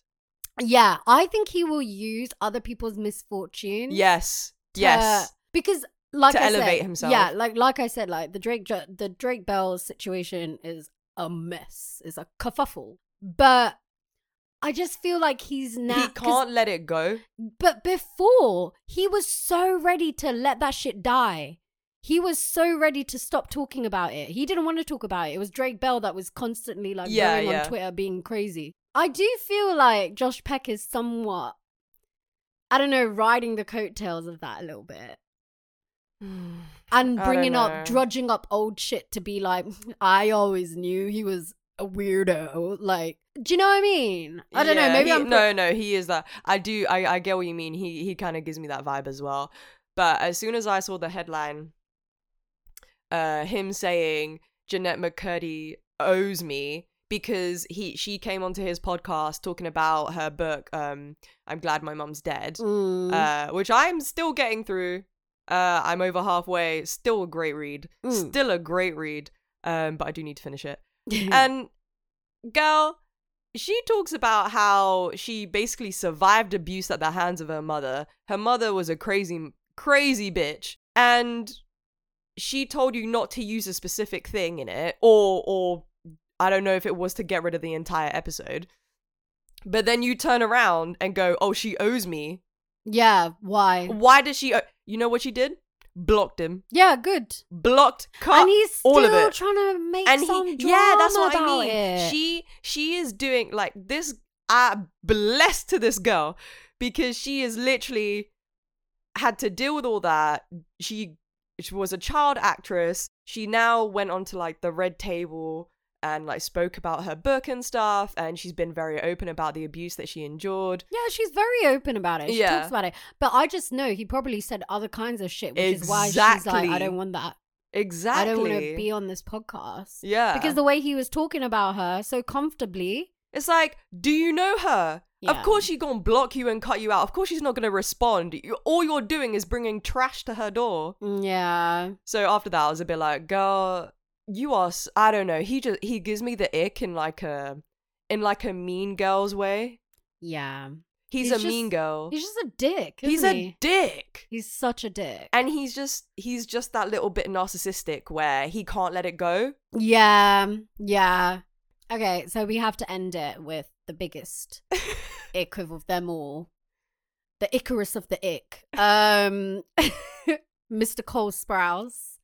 [SPEAKER 1] Yeah, I think he will use other people's misfortune.
[SPEAKER 2] Yes,
[SPEAKER 1] to-
[SPEAKER 2] yes.
[SPEAKER 1] because like
[SPEAKER 2] To
[SPEAKER 1] I
[SPEAKER 2] elevate
[SPEAKER 1] said,
[SPEAKER 2] himself.
[SPEAKER 1] Yeah, like like I said, like the Drake Jo- the Drake Bell situation is a mess. It's a kerfuffle. But I just feel like he's now.
[SPEAKER 2] he can't let it go.
[SPEAKER 1] But before, he was so ready to let that shit die. He was so ready to stop talking about it. He didn't want to talk about it. It was Drake Bell that was constantly like
[SPEAKER 2] Yeah,
[SPEAKER 1] going
[SPEAKER 2] yeah.
[SPEAKER 1] on Twitter being crazy. I do feel like Josh Peck is somewhat, I don't know, riding the coattails of that a little bit and
[SPEAKER 2] I
[SPEAKER 1] bringing
[SPEAKER 2] don't
[SPEAKER 1] up
[SPEAKER 2] know.
[SPEAKER 1] drudging up old shit to be like i always knew he was a weirdo like do you know what i mean i don't know
[SPEAKER 2] Yeah,
[SPEAKER 1] maybe
[SPEAKER 2] he-
[SPEAKER 1] i'm put-
[SPEAKER 2] no, no. He is that. I do. I, I get what you mean. He he kind of gives me that vibe as well. But as soon as I saw the headline, uh, him saying Jeanette McCurdy owes me because he she came onto his podcast talking about her book. Um, I'm glad my mum's dead.
[SPEAKER 1] Mm,
[SPEAKER 2] Uh, which I'm still getting through. Uh, I'm over halfway. Still a great read.
[SPEAKER 1] Mm.
[SPEAKER 2] Still a great read. Um, but I do need to finish it. And girl, she talks about how she basically survived abuse at the hands of her mother. Her mother was a crazy, crazy bitch, and she told you not to use a specific thing in it, or or I don't know if it was to get rid of the entire episode. But then you turn around and go, "Oh, she owes me."
[SPEAKER 1] yeah why
[SPEAKER 2] Why does she? Owe-? You know what she did? Blocked him.
[SPEAKER 1] yeah good
[SPEAKER 2] Blocked. Cut.
[SPEAKER 1] and he's still
[SPEAKER 2] all of it.
[SPEAKER 1] trying to make
[SPEAKER 2] and
[SPEAKER 1] some
[SPEAKER 2] he,
[SPEAKER 1] drama
[SPEAKER 2] yeah, that's what I
[SPEAKER 1] about
[SPEAKER 2] mean.
[SPEAKER 1] it.
[SPEAKER 2] She she is doing like this. I blessed to this girl because she is literally had to deal with all that. She she was a child actress. She now went on to like the red table and like spoke about her book and stuff. And she's been very open about the abuse that she endured.
[SPEAKER 1] yeah, she's very open about it. She
[SPEAKER 2] Yeah.
[SPEAKER 1] talks about it. But I just know he probably said other kinds of shit, which is why she's like,
[SPEAKER 2] Exactly.
[SPEAKER 1] I don't want that.
[SPEAKER 2] Exactly.
[SPEAKER 1] I don't want to be on this podcast.
[SPEAKER 2] yeah.
[SPEAKER 1] Because the way he was talking about her so comfortably,
[SPEAKER 2] It's like, do you know her?
[SPEAKER 1] Yeah.
[SPEAKER 2] Of course she's gonna block you and cut you out. Of course she's not gonna respond. You- All you're doing is bringing trash to her door.
[SPEAKER 1] Mm, yeah.
[SPEAKER 2] So after that, I was a bit like, girl, you are. s- I don't know. He just he gives me the ick in like a in like a mean girl's way.
[SPEAKER 1] Yeah.
[SPEAKER 2] He's,
[SPEAKER 1] He's
[SPEAKER 2] a
[SPEAKER 1] just-
[SPEAKER 2] mean girl.
[SPEAKER 1] He's just a dick.
[SPEAKER 2] He's
[SPEAKER 1] isn't
[SPEAKER 2] a
[SPEAKER 1] he?
[SPEAKER 2] dick.
[SPEAKER 1] He's such a dick.
[SPEAKER 2] And he's just he's just that little bit narcissistic where he can't let it go.
[SPEAKER 1] Yeah. Yeah. Okay, so we have to end it with the biggest ick of them all. The Icarus of the ick. Um Mr. Cole Sprouse.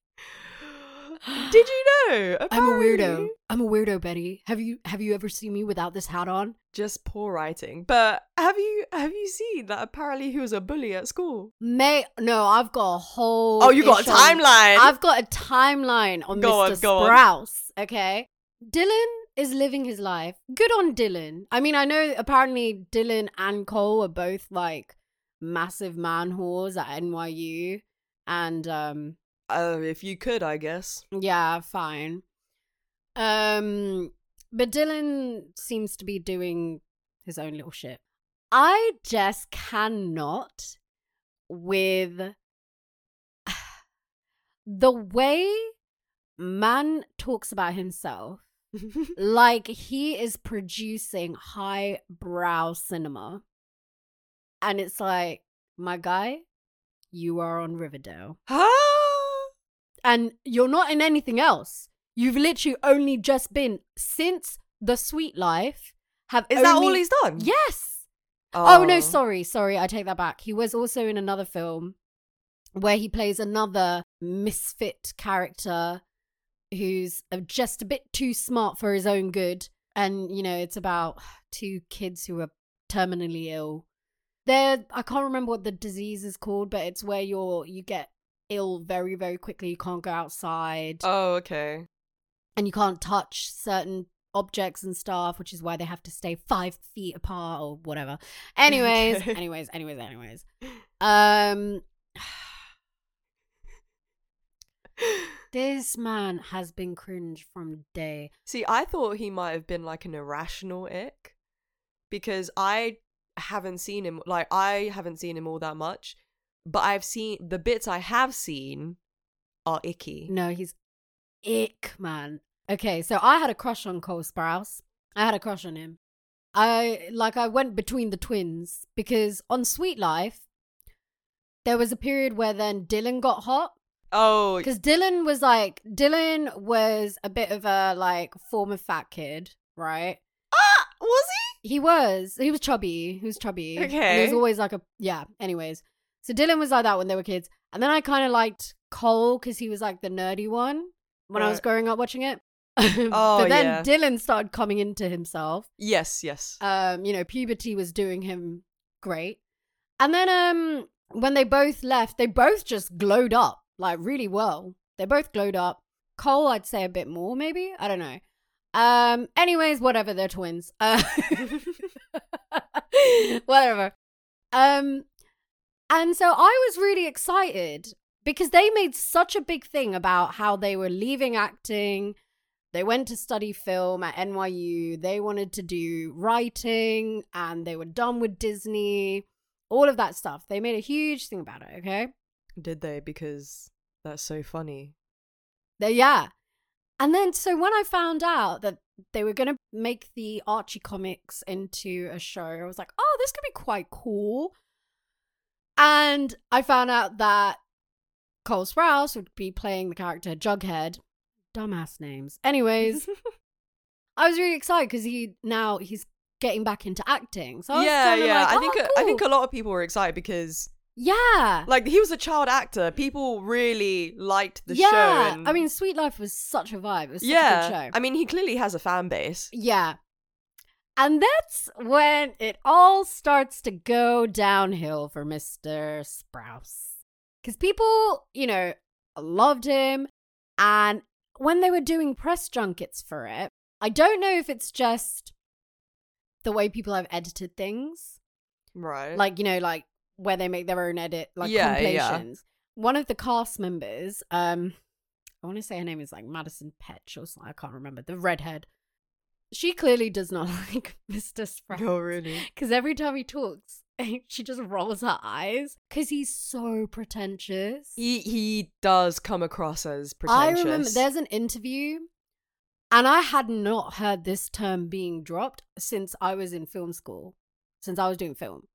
[SPEAKER 2] Did you know?
[SPEAKER 1] I'm a weirdo.
[SPEAKER 2] Apparently.
[SPEAKER 1] I'm a weirdo, Betty. Have you have you ever seen me without this hat on?
[SPEAKER 2] just poor writing. But have you have you seen that apparently he was a bully at school?
[SPEAKER 1] May no, I've got a whole
[SPEAKER 2] Oh, you got a
[SPEAKER 1] issue.
[SPEAKER 2] timeline.
[SPEAKER 1] I've got a timeline on
[SPEAKER 2] Go on,
[SPEAKER 1] Mr.
[SPEAKER 2] go on.
[SPEAKER 1] Sprouse. Okay. Dylan is living his life. Good on Dylan. I mean, I know apparently Dylan and Cole are both like massive man whores at NYU. And um
[SPEAKER 2] Uh, if you could, I guess.
[SPEAKER 1] yeah, fine. Um but Dylan seems to be doing his own little shit. I just cannot with the way man talks about himself. Like he is producing highbrow cinema. And it's like, my guy, you are on Riverdale
[SPEAKER 2] Ah!
[SPEAKER 1] and you're not in anything else. You've literally only just been since the sweet life. Have
[SPEAKER 2] Is that all
[SPEAKER 1] only-
[SPEAKER 2] he's done?
[SPEAKER 1] Yes. oh no, sorry, sorry, I take that back. He was also in another film where he plays another misfit character who's uh, just a bit too smart for his own good. And you know, it's about two kids who are terminally ill. They're I can't remember what the disease is called, but it's where you're you get ill very very quickly. You can't go outside
[SPEAKER 2] Oh, okay.
[SPEAKER 1] and you can't touch certain objects and stuff, which is why they have to stay five feet apart or whatever. Anyways,
[SPEAKER 2] Okay.
[SPEAKER 1] anyways, anyways, anyways. Um, this man has been cringe from day.
[SPEAKER 2] See, I thought he might have been like an irrational ick because I haven't seen him. Like, I haven't seen him all that much, but I've seen the bits I have seen are icky.
[SPEAKER 1] No, he's ick, man. Okay, so I had a crush on Cole Sprouse. I had a crush on him. I like I went between the twins because on Sweet Life, there was a period where then Dylan got hot
[SPEAKER 2] Oh,
[SPEAKER 1] Because Dylan was like, Dylan was a bit of a like former fat kid, right?
[SPEAKER 2] ah, was
[SPEAKER 1] He was. He was chubby. He was chubby. And he
[SPEAKER 2] Okay.
[SPEAKER 1] was always like a yeah. Anyways, so Dylan was like that when they were kids, and then I kind of liked Cole because he was like the nerdy one when I was
[SPEAKER 2] Right.
[SPEAKER 1] growing up watching it.
[SPEAKER 2] Oh,
[SPEAKER 1] but then
[SPEAKER 2] yeah.
[SPEAKER 1] Dylan started coming into himself.
[SPEAKER 2] he? Uh Yes, yes.
[SPEAKER 1] Um, you know, puberty was doing him great, and then um, when they both left, they both just glowed up like really well. They both glowed up. Cole, I'd say a bit more, maybe. I don't know. Um. Anyways, whatever. They're twins. Uh, whatever. Um. And so I was really excited because they made such a big thing about how they were leaving acting. They went to study film at NYU. They wanted to do writing and they were done with Disney, all of that stuff. They made a huge thing about it, okay?
[SPEAKER 2] Did they? Because that's so funny.
[SPEAKER 1] They, yeah. And then, so when I found out that they were going to make the Archie comics into a show, I was like, oh, this could be quite cool. And I found out that Cole Sprouse would be playing the character Jughead. Dumbass names. Anyways, I was really excited because he now he's getting back into acting. So I was
[SPEAKER 2] yeah,
[SPEAKER 1] kinda
[SPEAKER 2] yeah.
[SPEAKER 1] like,
[SPEAKER 2] I
[SPEAKER 1] oh,
[SPEAKER 2] think a, I
[SPEAKER 1] cool.
[SPEAKER 2] think a lot of people were excited because
[SPEAKER 1] yeah.
[SPEAKER 2] like he was a child actor. People really liked the show.
[SPEAKER 1] yeah.
[SPEAKER 2] and-
[SPEAKER 1] I mean, Sweet Life was such a vibe. It was such a good show.
[SPEAKER 2] yeah. I mean, he clearly has a fan base.
[SPEAKER 1] Yeah. And that's when it all starts to go downhill for Mr. Sprouse. Because people, you know, loved him. And when they were doing press junkets for it, I don't know if it's just the way people have edited things,
[SPEAKER 2] Right.
[SPEAKER 1] like, you know, like where they make their own edit, like
[SPEAKER 2] Yeah, yeah.
[SPEAKER 1] compilations. One of the cast members, um, I want to say her name is like Madison Petch or something. I can't remember. The redhead. She clearly does not like Mr.
[SPEAKER 2] oh,
[SPEAKER 1] Sprout
[SPEAKER 2] really?
[SPEAKER 1] because every time he talks, she just rolls her eyes because he's so pretentious.
[SPEAKER 2] He he does come across as
[SPEAKER 1] I
[SPEAKER 2] pretentious.
[SPEAKER 1] remember there's an interview, and I had not heard this term being dropped since I was in film school, since I was doing film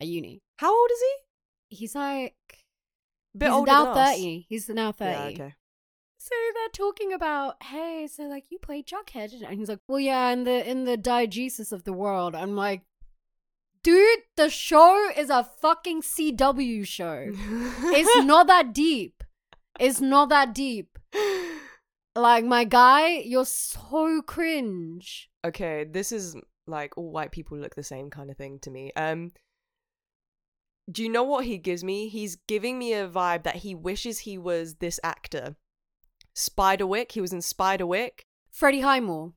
[SPEAKER 1] at uni.
[SPEAKER 2] How old is he?
[SPEAKER 1] He's like,
[SPEAKER 2] Bit
[SPEAKER 1] he's
[SPEAKER 2] older
[SPEAKER 1] now
[SPEAKER 2] than us.
[SPEAKER 1] 30. He's now 30.
[SPEAKER 2] Yeah, okay.
[SPEAKER 1] So they're talking about, hey, so like you play Jughead, didn't you?" and he's like, well, yeah, in the in the diegesis of the world. I'm like, dude, the show is a fucking CW show. It's not that deep. It's not that deep. Like my guy, you're so cringe.
[SPEAKER 2] okay, this is like all white people look the same kind of thing to me. Um Do you know what he gives me? He's giving me a vibe that he wishes he was this actor. Spiderwick, he was in Spiderwick.
[SPEAKER 1] Freddie Highmore.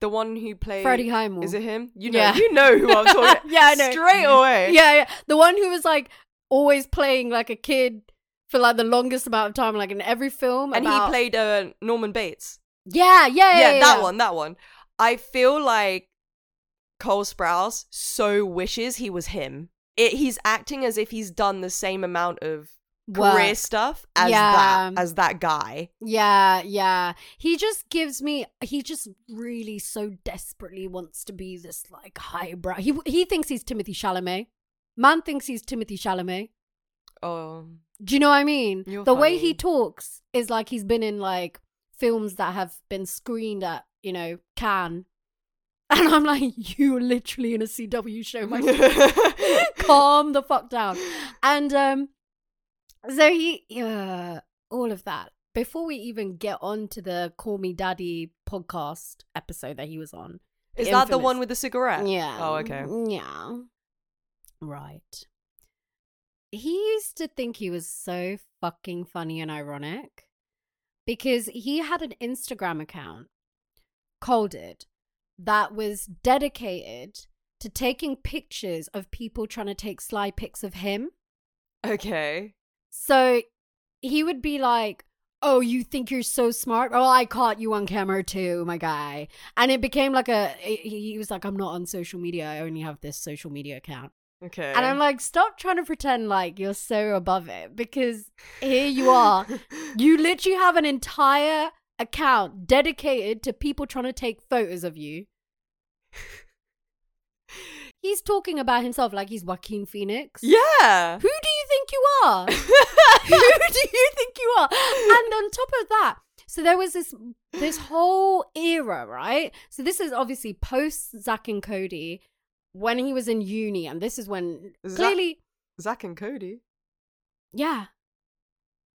[SPEAKER 2] The one who played
[SPEAKER 1] Freddie Highmore.
[SPEAKER 2] Is it him? You know,
[SPEAKER 1] Yeah.
[SPEAKER 2] you know who I'm talking
[SPEAKER 1] yeah, I know.
[SPEAKER 2] Straight away.
[SPEAKER 1] Yeah, yeah, the one who was like always playing like a kid for like the longest amount of time, like in every film.
[SPEAKER 2] And
[SPEAKER 1] about-
[SPEAKER 2] he played uh, Norman Bates.
[SPEAKER 1] Yeah, yeah, yeah,
[SPEAKER 2] yeah,
[SPEAKER 1] yeah,
[SPEAKER 2] that
[SPEAKER 1] yeah.
[SPEAKER 2] one, that one. I feel like Cole Sprouse so wishes he was him. It, he's acting as if he's done the same amount of
[SPEAKER 1] Work.
[SPEAKER 2] career stuff as
[SPEAKER 1] Yeah.
[SPEAKER 2] that as that guy.
[SPEAKER 1] Yeah, yeah. He just gives me. He just really so desperately wants to be this like highbrow. He he thinks he's Timothy Chalamet. Man thinks he's Timothy Chalamet.
[SPEAKER 2] Oh,
[SPEAKER 1] Do you know what I mean?
[SPEAKER 2] You're
[SPEAKER 1] the way he
[SPEAKER 2] funny.
[SPEAKER 1] talks is like he's been in like films that have been screened at you know Cannes, and I'm like, you are literally in a CW show, my friend." calm the fuck down. And um, so he, yeah, all of that. Before we even get on to the Call Me Daddy podcast episode that he was on.
[SPEAKER 2] is that the
[SPEAKER 1] infamous-
[SPEAKER 2] one with the cigarette?
[SPEAKER 1] Yeah.
[SPEAKER 2] Oh, okay.
[SPEAKER 1] Yeah. Right. He used to think he was so fucking funny and ironic because he had an Instagram account, Cole did, that was dedicated to taking pictures of people trying to take sly pics of him.
[SPEAKER 2] Okay.
[SPEAKER 1] So he would be like, Oh, you think you're so smart? Oh, I caught you on camera too, my guy. And it became like a, he he was like, I'm not on social media. I only have this social media account.
[SPEAKER 2] Okay.
[SPEAKER 1] And I'm like, Stop trying to pretend like you're so above it because here you are. you literally have an entire account dedicated to people trying to take photos of you. He's talking about himself like he's Joaquin Phoenix.
[SPEAKER 2] yeah.
[SPEAKER 1] Who do you think you are? Who do you think you are? And on top of that, so there was this this whole era, right? So this is obviously post Zach and Cody when he was in uni, and this is when
[SPEAKER 2] Zac-
[SPEAKER 1] clearly,
[SPEAKER 2] Zach and Cody.
[SPEAKER 1] yeah,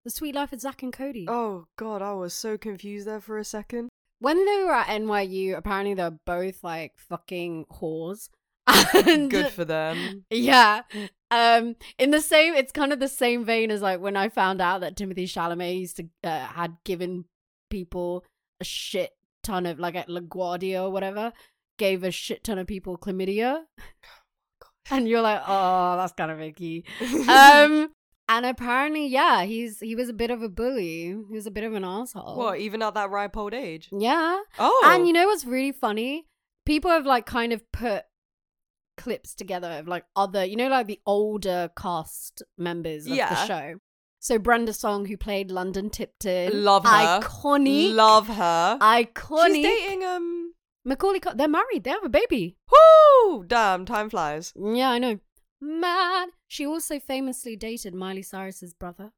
[SPEAKER 1] the sweet life of Zach and Cody.
[SPEAKER 2] Oh god, I was so confused there for a second.
[SPEAKER 1] When they were at NYU, apparently they were both like fucking whores. And
[SPEAKER 2] Good for them.
[SPEAKER 1] Yeah. Um, in the same, it's kind of the same vein as like when I found out that Timothy Chalamet used to uh, had given people a shit ton of like at LaGuardia or whatever, gave a shit ton of people chlamydia, and you're like, oh, that's kind of icky. Um, and apparently, yeah, he's he was a bit of a bully. He was a bit of an asshole.
[SPEAKER 2] what, even at that ripe old age?
[SPEAKER 1] Yeah.
[SPEAKER 2] Oh,
[SPEAKER 1] And you know what's really funny? People have like kind of put clips together of like other, you know, like the older cast members of the
[SPEAKER 2] Yeah.
[SPEAKER 1] show. So Brenda Song, who played London Tipton,
[SPEAKER 2] love her.
[SPEAKER 1] iconic,
[SPEAKER 2] Love her. She's
[SPEAKER 1] iconic.
[SPEAKER 2] dating um.
[SPEAKER 1] Macaulay, Cul- they're married. They have a baby.
[SPEAKER 2] Whoo! Damn, time flies.
[SPEAKER 1] Yeah, I know. Mad. She also famously dated Miley Cyrus's brother,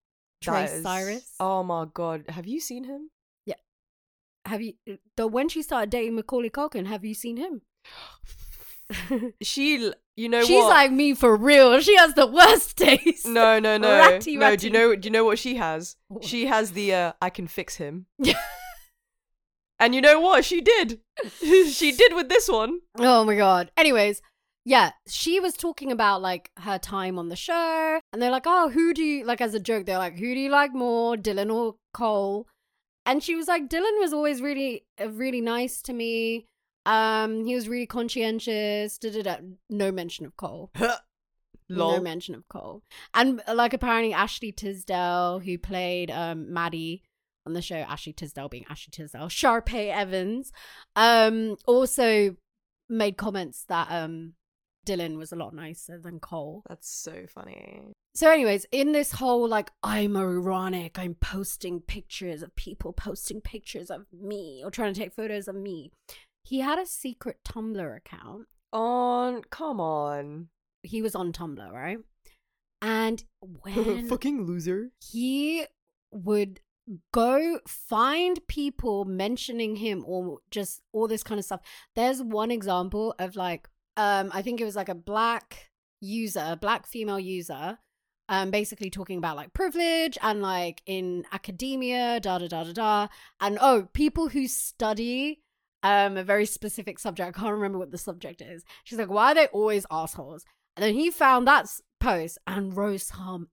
[SPEAKER 1] Trey
[SPEAKER 2] That is-
[SPEAKER 1] Cyrus.
[SPEAKER 2] Oh my god, have you seen him?
[SPEAKER 1] Have you? The when she started dating Macaulay Culkin, have you seen him?
[SPEAKER 2] She, l- you know
[SPEAKER 1] She's
[SPEAKER 2] what?
[SPEAKER 1] like me for real. She has the worst taste.
[SPEAKER 2] no, no, no,
[SPEAKER 1] ratty,
[SPEAKER 2] no. Do
[SPEAKER 1] ratty.
[SPEAKER 2] you know? Do you know what she has?
[SPEAKER 1] What?
[SPEAKER 2] She has the uh, I can fix him. and you know what? She did. she did with this one.
[SPEAKER 1] Oh my god. Anyways, yeah, she was talking about like her time on the show, and they're like, "Oh, who do you like?" As a joke, they're like, "Who do you like more, Dylan or Cole?" And she was like, "Dylan was always really, uh, really nice to me. Um, he was really conscientious. Da da da. No mention of Cole.
[SPEAKER 2] Lol.
[SPEAKER 1] No mention of Cole. And uh, like apparently Ashley Tisdale, who played um Maddie on the show, Ashley Tisdale being Ashley Tisdale, Sharpay Evans, um, also made comments that um Dylan was a lot nicer than Cole.
[SPEAKER 2] That's so funny.
[SPEAKER 1] So, anyways, in this whole like, I'm ironic, I'm posting pictures of people posting pictures of me or trying to take photos of me. He had a secret Tumblr account
[SPEAKER 2] On, come on.
[SPEAKER 1] he was on Tumblr, right? And when
[SPEAKER 2] Fucking loser.
[SPEAKER 1] he would go find people mentioning him or just all this kind of stuff. There's one example of like, um, I think it was like a black user, a black female user, um, basically talking about like privilege and like in academia, da da da da da. And oh, people who study um a very specific subject. I can't remember what the subject is. She's like, why are they always assholes? And then he found that s- post and wrote some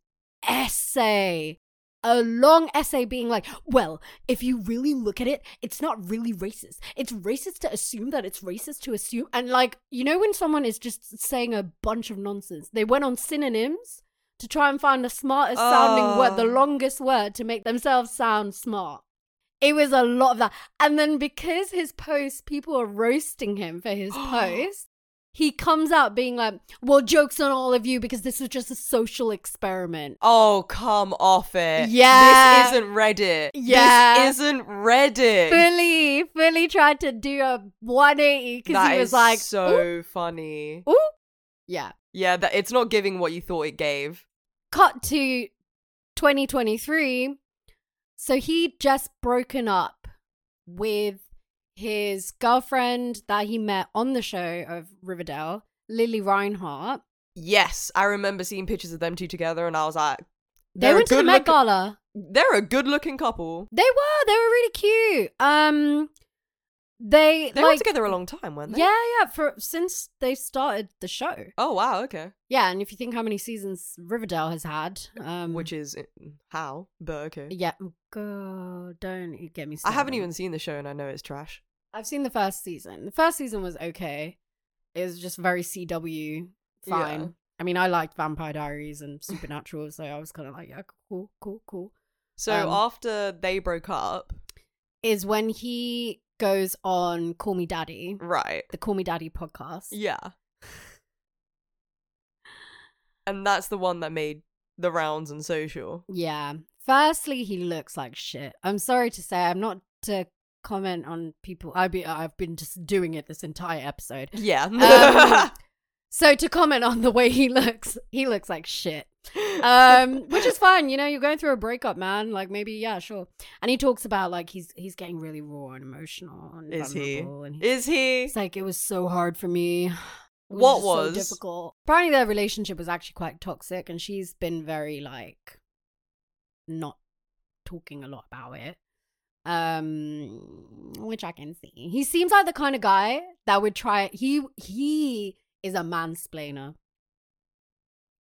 [SPEAKER 1] essay. A long essay being like, well, if you really look at it, it's not really racist. It's racist to assume that it's racist to assume. And like, you know, when someone is just saying a bunch of nonsense, they went on synonyms to try and find the smartest sounding word, the
[SPEAKER 2] Oh.
[SPEAKER 1] longest word to make themselves sound smart. It was a lot of that. And then because his post, people are roasting him for his post, he comes out being like, well, joke's on all of you because this was just a social experiment.
[SPEAKER 2] Oh, come off it.
[SPEAKER 1] Yeah.
[SPEAKER 2] This isn't Reddit.
[SPEAKER 1] Yeah.
[SPEAKER 2] This isn't Reddit.
[SPEAKER 1] Fully, fully tried to do a 180 because
[SPEAKER 2] That
[SPEAKER 1] he
[SPEAKER 2] is
[SPEAKER 1] was like,
[SPEAKER 2] so funny.
[SPEAKER 1] ooh, ooh. Yeah.
[SPEAKER 2] Yeah, that it's not giving what you thought it gave.
[SPEAKER 1] Cut to 2023. So he just broken up with his girlfriend that he met on the show of Riverdale, Lily Reinhart.
[SPEAKER 2] Yes, I remember seeing pictures of them two together, and I was like,
[SPEAKER 1] They
[SPEAKER 2] They're a
[SPEAKER 1] went to the
[SPEAKER 2] good
[SPEAKER 1] Met
[SPEAKER 2] look-
[SPEAKER 1] Gala.
[SPEAKER 2] they're a good-looking couple.
[SPEAKER 1] They were. They were really cute. Um, they
[SPEAKER 2] They were
[SPEAKER 1] like
[SPEAKER 2] together a long time, weren't they?
[SPEAKER 1] yeah, yeah. For since they started the show,
[SPEAKER 2] Oh wow, okay.
[SPEAKER 1] yeah. And if you think how many seasons Riverdale has had, um,
[SPEAKER 2] Which is uh, how, but okay.
[SPEAKER 1] yeah, Oh, God, don't you get me.
[SPEAKER 2] I
[SPEAKER 1] Started.
[SPEAKER 2] haven't even seen the show, and I know it's trash.
[SPEAKER 1] I've seen the first season. The first season was okay. It was just very CW. Fine.
[SPEAKER 2] Yeah.
[SPEAKER 1] I mean, I liked Vampire Diaries and Supernatural, so I was kind of like, yeah, cool, cool, cool.
[SPEAKER 2] So
[SPEAKER 1] Um,
[SPEAKER 2] after they broke up,
[SPEAKER 1] Is when he goes on Call Me Daddy,
[SPEAKER 2] right?
[SPEAKER 1] the Call Me Daddy podcast.
[SPEAKER 2] Yeah. and that's the one that made the rounds on social.
[SPEAKER 1] Yeah. Firstly, he looks like shit. I'm sorry to say, I'm not to comment on people. I be I've been just doing it this entire episode.
[SPEAKER 2] Yeah.
[SPEAKER 1] Um, So to comment on the way he looks, he looks like shit. Um, which is fine, you know, you're going through a breakup, man. Like maybe, yeah, sure. And he talks about like he's he's getting really raw and emotional and
[SPEAKER 2] Is he?
[SPEAKER 1] vulnerable and he-
[SPEAKER 2] Is he?
[SPEAKER 1] it's like it was so hard for me. It
[SPEAKER 2] What
[SPEAKER 1] just so
[SPEAKER 2] was?
[SPEAKER 1] difficult? Apparently, their relationship was actually quite toxic, and she's been very like not talking a lot about it. Um, which I can see. He seems like the kind of guy that would try. He he is a mansplainer.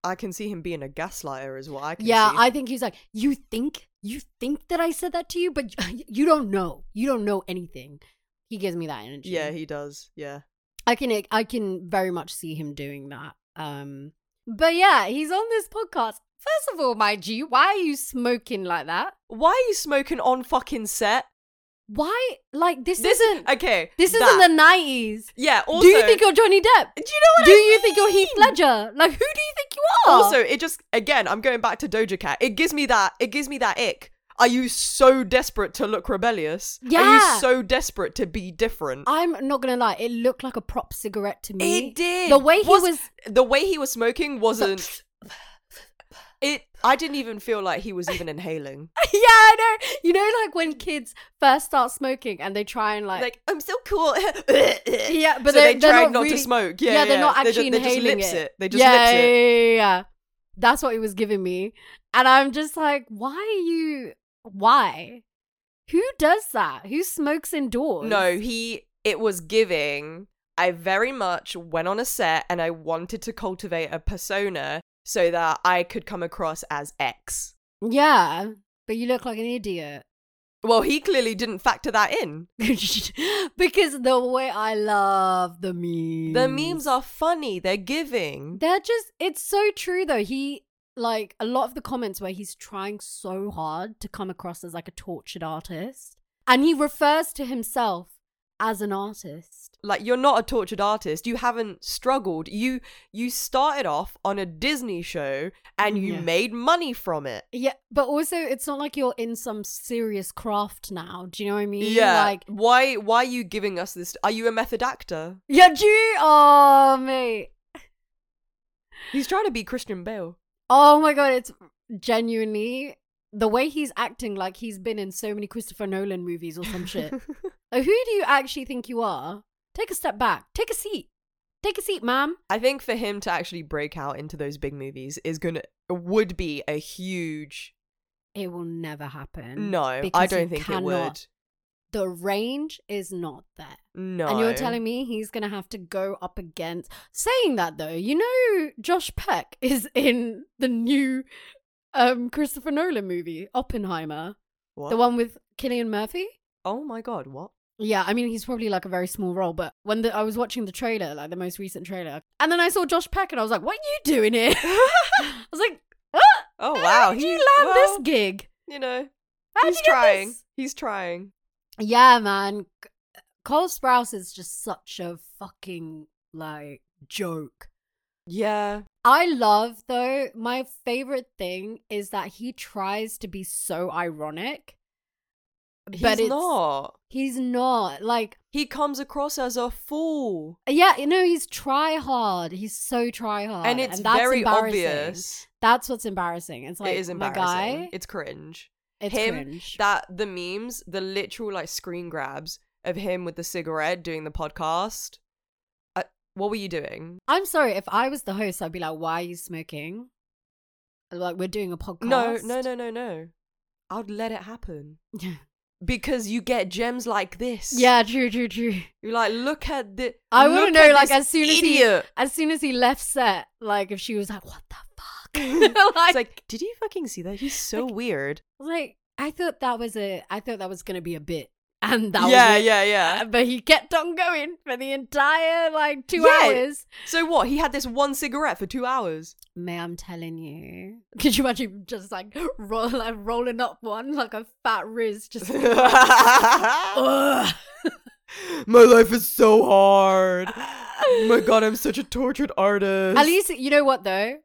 [SPEAKER 2] I can see him being a gaslighter as well. I can
[SPEAKER 1] Yeah,
[SPEAKER 2] see.
[SPEAKER 1] I think he's like you think you think that I said that to you, but you don't know. You don't know anything. He gives me that energy.
[SPEAKER 2] yeah, he does. Yeah.
[SPEAKER 1] I can I can very much see him doing that. Um but yeah, he's on this podcast. First of all, my G, why are you smoking like that?
[SPEAKER 2] Why are you smoking on fucking set?
[SPEAKER 1] Why like this,
[SPEAKER 2] This
[SPEAKER 1] isn't
[SPEAKER 2] isn't okay.
[SPEAKER 1] this
[SPEAKER 2] that.
[SPEAKER 1] isn't the nineties.
[SPEAKER 2] yeah. Also,
[SPEAKER 1] Do you think you're Johnny Depp?
[SPEAKER 2] Do you know what
[SPEAKER 1] Do
[SPEAKER 2] I
[SPEAKER 1] you think you're Heath
[SPEAKER 2] mean?
[SPEAKER 1] Ledger? Like who do you think you are?
[SPEAKER 2] Also, it just again, I'm going back to Doja Cat. It gives me that. It gives me that ick. Are you so desperate to look rebellious? Are
[SPEAKER 1] Yeah.
[SPEAKER 2] you so desperate to be different?
[SPEAKER 1] I'm not gonna lie, it looked like a prop cigarette to me.
[SPEAKER 2] It did.
[SPEAKER 1] The way he was,
[SPEAKER 2] Was- the way he was smoking wasn't. It. I didn't even feel like he was even inhaling.
[SPEAKER 1] Yeah, I know. You know like when kids first start smoking and they try and like
[SPEAKER 2] Like I'm so cool.
[SPEAKER 1] Yeah, but
[SPEAKER 2] so
[SPEAKER 1] they-
[SPEAKER 2] they, tried
[SPEAKER 1] they're not
[SPEAKER 2] not
[SPEAKER 1] really-
[SPEAKER 2] to smoke. Yeah,
[SPEAKER 1] yeah, they're not
[SPEAKER 2] They ju-
[SPEAKER 1] actually
[SPEAKER 2] they just,
[SPEAKER 1] inhaling
[SPEAKER 2] lips
[SPEAKER 1] it.
[SPEAKER 2] it. They just
[SPEAKER 1] yeah,
[SPEAKER 2] lips
[SPEAKER 1] yeah,
[SPEAKER 2] it.
[SPEAKER 1] yeah, yeah. That's what it was giving me, and I'm just like, why are you? Why? Who does that? Who smokes indoors?
[SPEAKER 2] No, he. It was giving. I very much went on a set and I wanted to cultivate a persona so that I could come across as X.
[SPEAKER 1] Yeah, but you look like an idiot.
[SPEAKER 2] Well, he clearly didn't factor that in.
[SPEAKER 1] because the way I love the memes.
[SPEAKER 2] The memes are funny. They're giving.
[SPEAKER 1] They're just, it's so true though. He, like, a lot of the comments where he's trying so hard to come across as like a tortured artist. And he refers to himself as an artist.
[SPEAKER 2] Like you're not a tortured artist. You haven't struggled. You you started off on a Disney show and you
[SPEAKER 1] Yeah.
[SPEAKER 2] made money from it.
[SPEAKER 1] Yeah, but also it's not like you're in some serious craft now. Do you know what I mean?
[SPEAKER 2] Yeah.
[SPEAKER 1] Like,
[SPEAKER 2] why why are you giving us this? Are you a method actor?
[SPEAKER 1] yeah, do you? Oh, mate.
[SPEAKER 2] He's trying to be Christian Bale.
[SPEAKER 1] Oh my god, it's genuinely the way he's acting like he's been in so many Christopher Nolan movies or some shit. Like, who do you actually think you are? Take a step back. Take a seat. Take a seat, ma'am.
[SPEAKER 2] I think for him to actually break out into those big movies is gonna would be a huge
[SPEAKER 1] It will never happen.
[SPEAKER 2] no. I
[SPEAKER 1] because
[SPEAKER 2] don't
[SPEAKER 1] you
[SPEAKER 2] think
[SPEAKER 1] cannot-
[SPEAKER 2] it would.
[SPEAKER 1] The range is not there.
[SPEAKER 2] No,
[SPEAKER 1] And you're telling me he's going to have to go up against. Saying that though, you know, Josh Peck is in the new um, Christopher Nolan movie, Oppenheimer,
[SPEAKER 2] what?
[SPEAKER 1] the one with Killian Murphy.
[SPEAKER 2] Oh my god, what?
[SPEAKER 1] Yeah, I mean, he's probably like a very small role, but when the, I was watching the trailer, like the most recent trailer, and then I saw Josh Peck and I was like, what are you doing here? I was like,
[SPEAKER 2] Oh
[SPEAKER 1] how
[SPEAKER 2] wow,
[SPEAKER 1] Ah, did
[SPEAKER 2] he-
[SPEAKER 1] you land
[SPEAKER 2] well,
[SPEAKER 1] this gig?
[SPEAKER 2] You know,
[SPEAKER 1] How
[SPEAKER 2] he's
[SPEAKER 1] did you get
[SPEAKER 2] trying.
[SPEAKER 1] this?
[SPEAKER 2] He's trying.
[SPEAKER 1] Yeah, man. C- Cole Sprouse is just such a fucking, like, joke.
[SPEAKER 2] Yeah,
[SPEAKER 1] I love, though, my favorite thing is that he tries to be so ironic,
[SPEAKER 2] he's
[SPEAKER 1] but it's,
[SPEAKER 2] not.
[SPEAKER 1] he's not. Like,
[SPEAKER 2] He comes across as a fool,
[SPEAKER 1] Yeah, you know, he's try hard. He's so try hard.
[SPEAKER 2] and it's
[SPEAKER 1] that's
[SPEAKER 2] very
[SPEAKER 1] embarrassing.
[SPEAKER 2] obvious.
[SPEAKER 1] That's what's embarrassing. It's like "Oh
[SPEAKER 2] it is embarrassing.
[SPEAKER 1] my guy.
[SPEAKER 2] It's cringe.
[SPEAKER 1] It's
[SPEAKER 2] him,
[SPEAKER 1] cringe.
[SPEAKER 2] That the memes, the literal like screen grabs of him with the cigarette doing the podcast. Uh, what were you doing?
[SPEAKER 1] I'm sorry, if I was the host, I'd be like, Why are you smoking? Like we're doing a podcast.
[SPEAKER 2] No, no, no, no, no. I'd let it happen
[SPEAKER 1] no.
[SPEAKER 2] because you get gems like this.
[SPEAKER 1] yeah, true, true, true.
[SPEAKER 2] you're like, look at the.
[SPEAKER 1] I wanna
[SPEAKER 2] look
[SPEAKER 1] know,
[SPEAKER 2] at
[SPEAKER 1] like,
[SPEAKER 2] this
[SPEAKER 1] as soon as he-
[SPEAKER 2] idiot.
[SPEAKER 1] As soon as he left set, like if she was like, What the fuck?
[SPEAKER 2] it's
[SPEAKER 1] like,
[SPEAKER 2] like, did you fucking see that? He's so weird.
[SPEAKER 1] like, I thought that was a I thought that was gonna be a bit. And that
[SPEAKER 2] yeah,
[SPEAKER 1] was Uh, it.
[SPEAKER 2] yeah, yeah.
[SPEAKER 1] But he kept on going for the entire like two
[SPEAKER 2] Yeah.
[SPEAKER 1] hours.
[SPEAKER 2] So what? He had this one cigarette for two hours.
[SPEAKER 1] May I'm telling you. Could you imagine just like roll like rolling up one like a fat riz just Ugh.
[SPEAKER 2] My life is so hard. Oh my god, I'm such a tortured artist.
[SPEAKER 1] At least you know what though?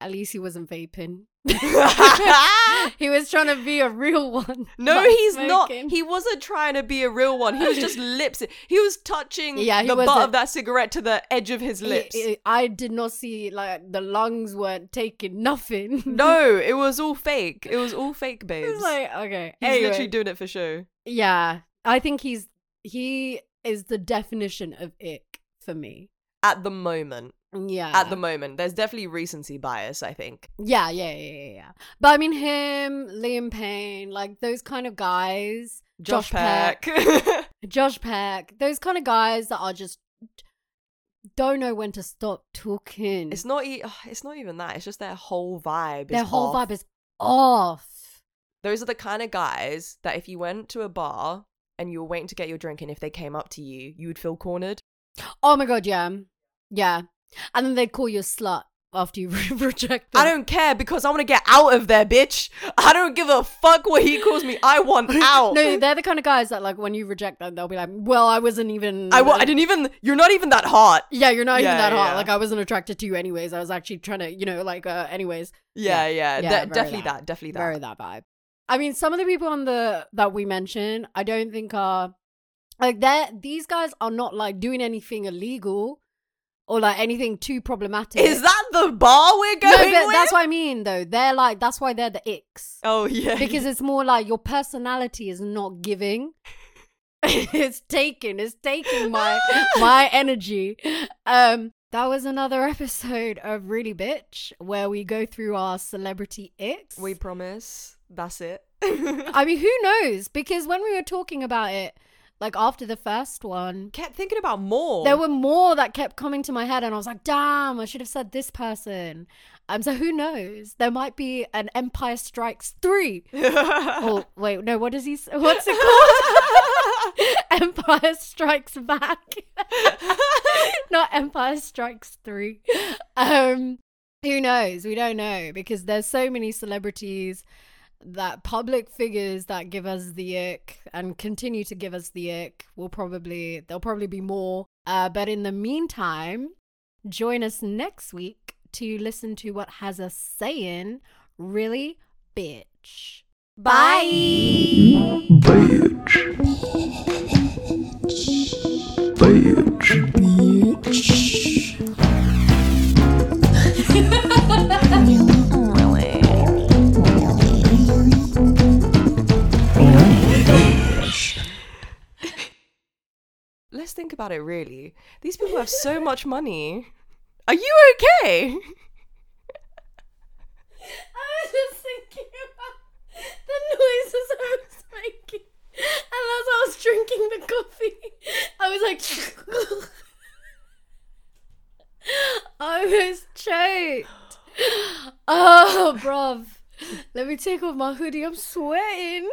[SPEAKER 1] At least he wasn't vaping. he was trying to be a real one.
[SPEAKER 2] Ah! No,
[SPEAKER 1] by
[SPEAKER 2] he's not.
[SPEAKER 1] smoking.
[SPEAKER 2] He wasn't trying to be a real one. He was just lips. He was touching
[SPEAKER 1] Yeah, he
[SPEAKER 2] the butt
[SPEAKER 1] wasn't-
[SPEAKER 2] of that cigarette to the edge of his
[SPEAKER 1] He-
[SPEAKER 2] lips.
[SPEAKER 1] he- I did not see like the lungs weren't taking nothing.
[SPEAKER 2] no, it was all fake. It was all fake, babes.
[SPEAKER 1] it's like okay.
[SPEAKER 2] He's
[SPEAKER 1] anyway.
[SPEAKER 2] literally doing it for show.
[SPEAKER 1] yeah, I think he's he is the definition of ick for me.
[SPEAKER 2] At the moment,
[SPEAKER 1] Yeah.
[SPEAKER 2] at the moment, there's definitely recency bias. I think.
[SPEAKER 1] Yeah, yeah, yeah, yeah, yeah. But I mean, him, Liam Payne, like those kind of guys, Josh Peck. Josh Peck, those kind of guys that are just don't know when to stop talking.
[SPEAKER 2] it's not. E- it's not even that. It's just their whole vibe.
[SPEAKER 1] Their
[SPEAKER 2] is
[SPEAKER 1] whole
[SPEAKER 2] off.
[SPEAKER 1] vibe is off.
[SPEAKER 2] those are the kind of guys that if you went to a bar and you were waiting to get your drink and if they came up to you you would feel cornered
[SPEAKER 1] Oh my god, yeah, yeah. And then they call you a slut after you reject them.
[SPEAKER 2] i don't care because i want to get out of there bitch i don't give a fuck what he calls me i want out
[SPEAKER 1] No, they're the kind of guys that like when you reject them, they'll be like, "Well, I wasn't even."
[SPEAKER 2] I, wa- I didn't even you're not even that hot
[SPEAKER 1] Yeah, you're not even
[SPEAKER 2] Yeah,
[SPEAKER 1] that hot.
[SPEAKER 2] yeah.
[SPEAKER 1] Like I wasn't attracted to you, anyways. I was actually trying to, you know, like, uh, anyways.
[SPEAKER 2] yeah yeah,
[SPEAKER 1] yeah,
[SPEAKER 2] de-
[SPEAKER 1] very
[SPEAKER 2] definitely
[SPEAKER 1] that.
[SPEAKER 2] that. definitely that
[SPEAKER 1] very that vibe. I mean, some of the people on the that we mentioned, I don't think are like they're these guys are not like doing anything illegal or like anything too problematic.
[SPEAKER 2] is that the bar we're
[SPEAKER 1] no,
[SPEAKER 2] going
[SPEAKER 1] but
[SPEAKER 2] with
[SPEAKER 1] that's what I mean though. They're like that's why they're the icks
[SPEAKER 2] oh yeah
[SPEAKER 1] because it's more like your personality is not giving. it's taking, it's taking my my energy. Um, that was another episode of Really Bitch where we go through our celebrity icks.
[SPEAKER 2] we promise that's it
[SPEAKER 1] I mean, who knows? Because when we were talking about it, like after the first one,
[SPEAKER 2] kept thinking about more
[SPEAKER 1] there were more that kept coming to my head, and I was like, damn, I should have said this person. Um, so who knows? There might be an Empire Strikes Three. oh wait, no, what is he? s- What's it called? Empire Strikes Back, not Empire Strikes Three. Um, who knows? We don't know because there's so many celebrities that public figures that give us the ick and continue to give us the ick will probably there'll probably be more uh, but in the meantime join us next week to listen to what has us saying really bitch bye.
[SPEAKER 3] Bitch. Bitch.
[SPEAKER 2] Let's think about it really. These people have so much money. Are you okay?
[SPEAKER 1] I was just thinking about the noises I was making. And as I was drinking the coffee, I was like, I almost choked. Oh, bruv. Let me take off my hoodie. I'm sweating.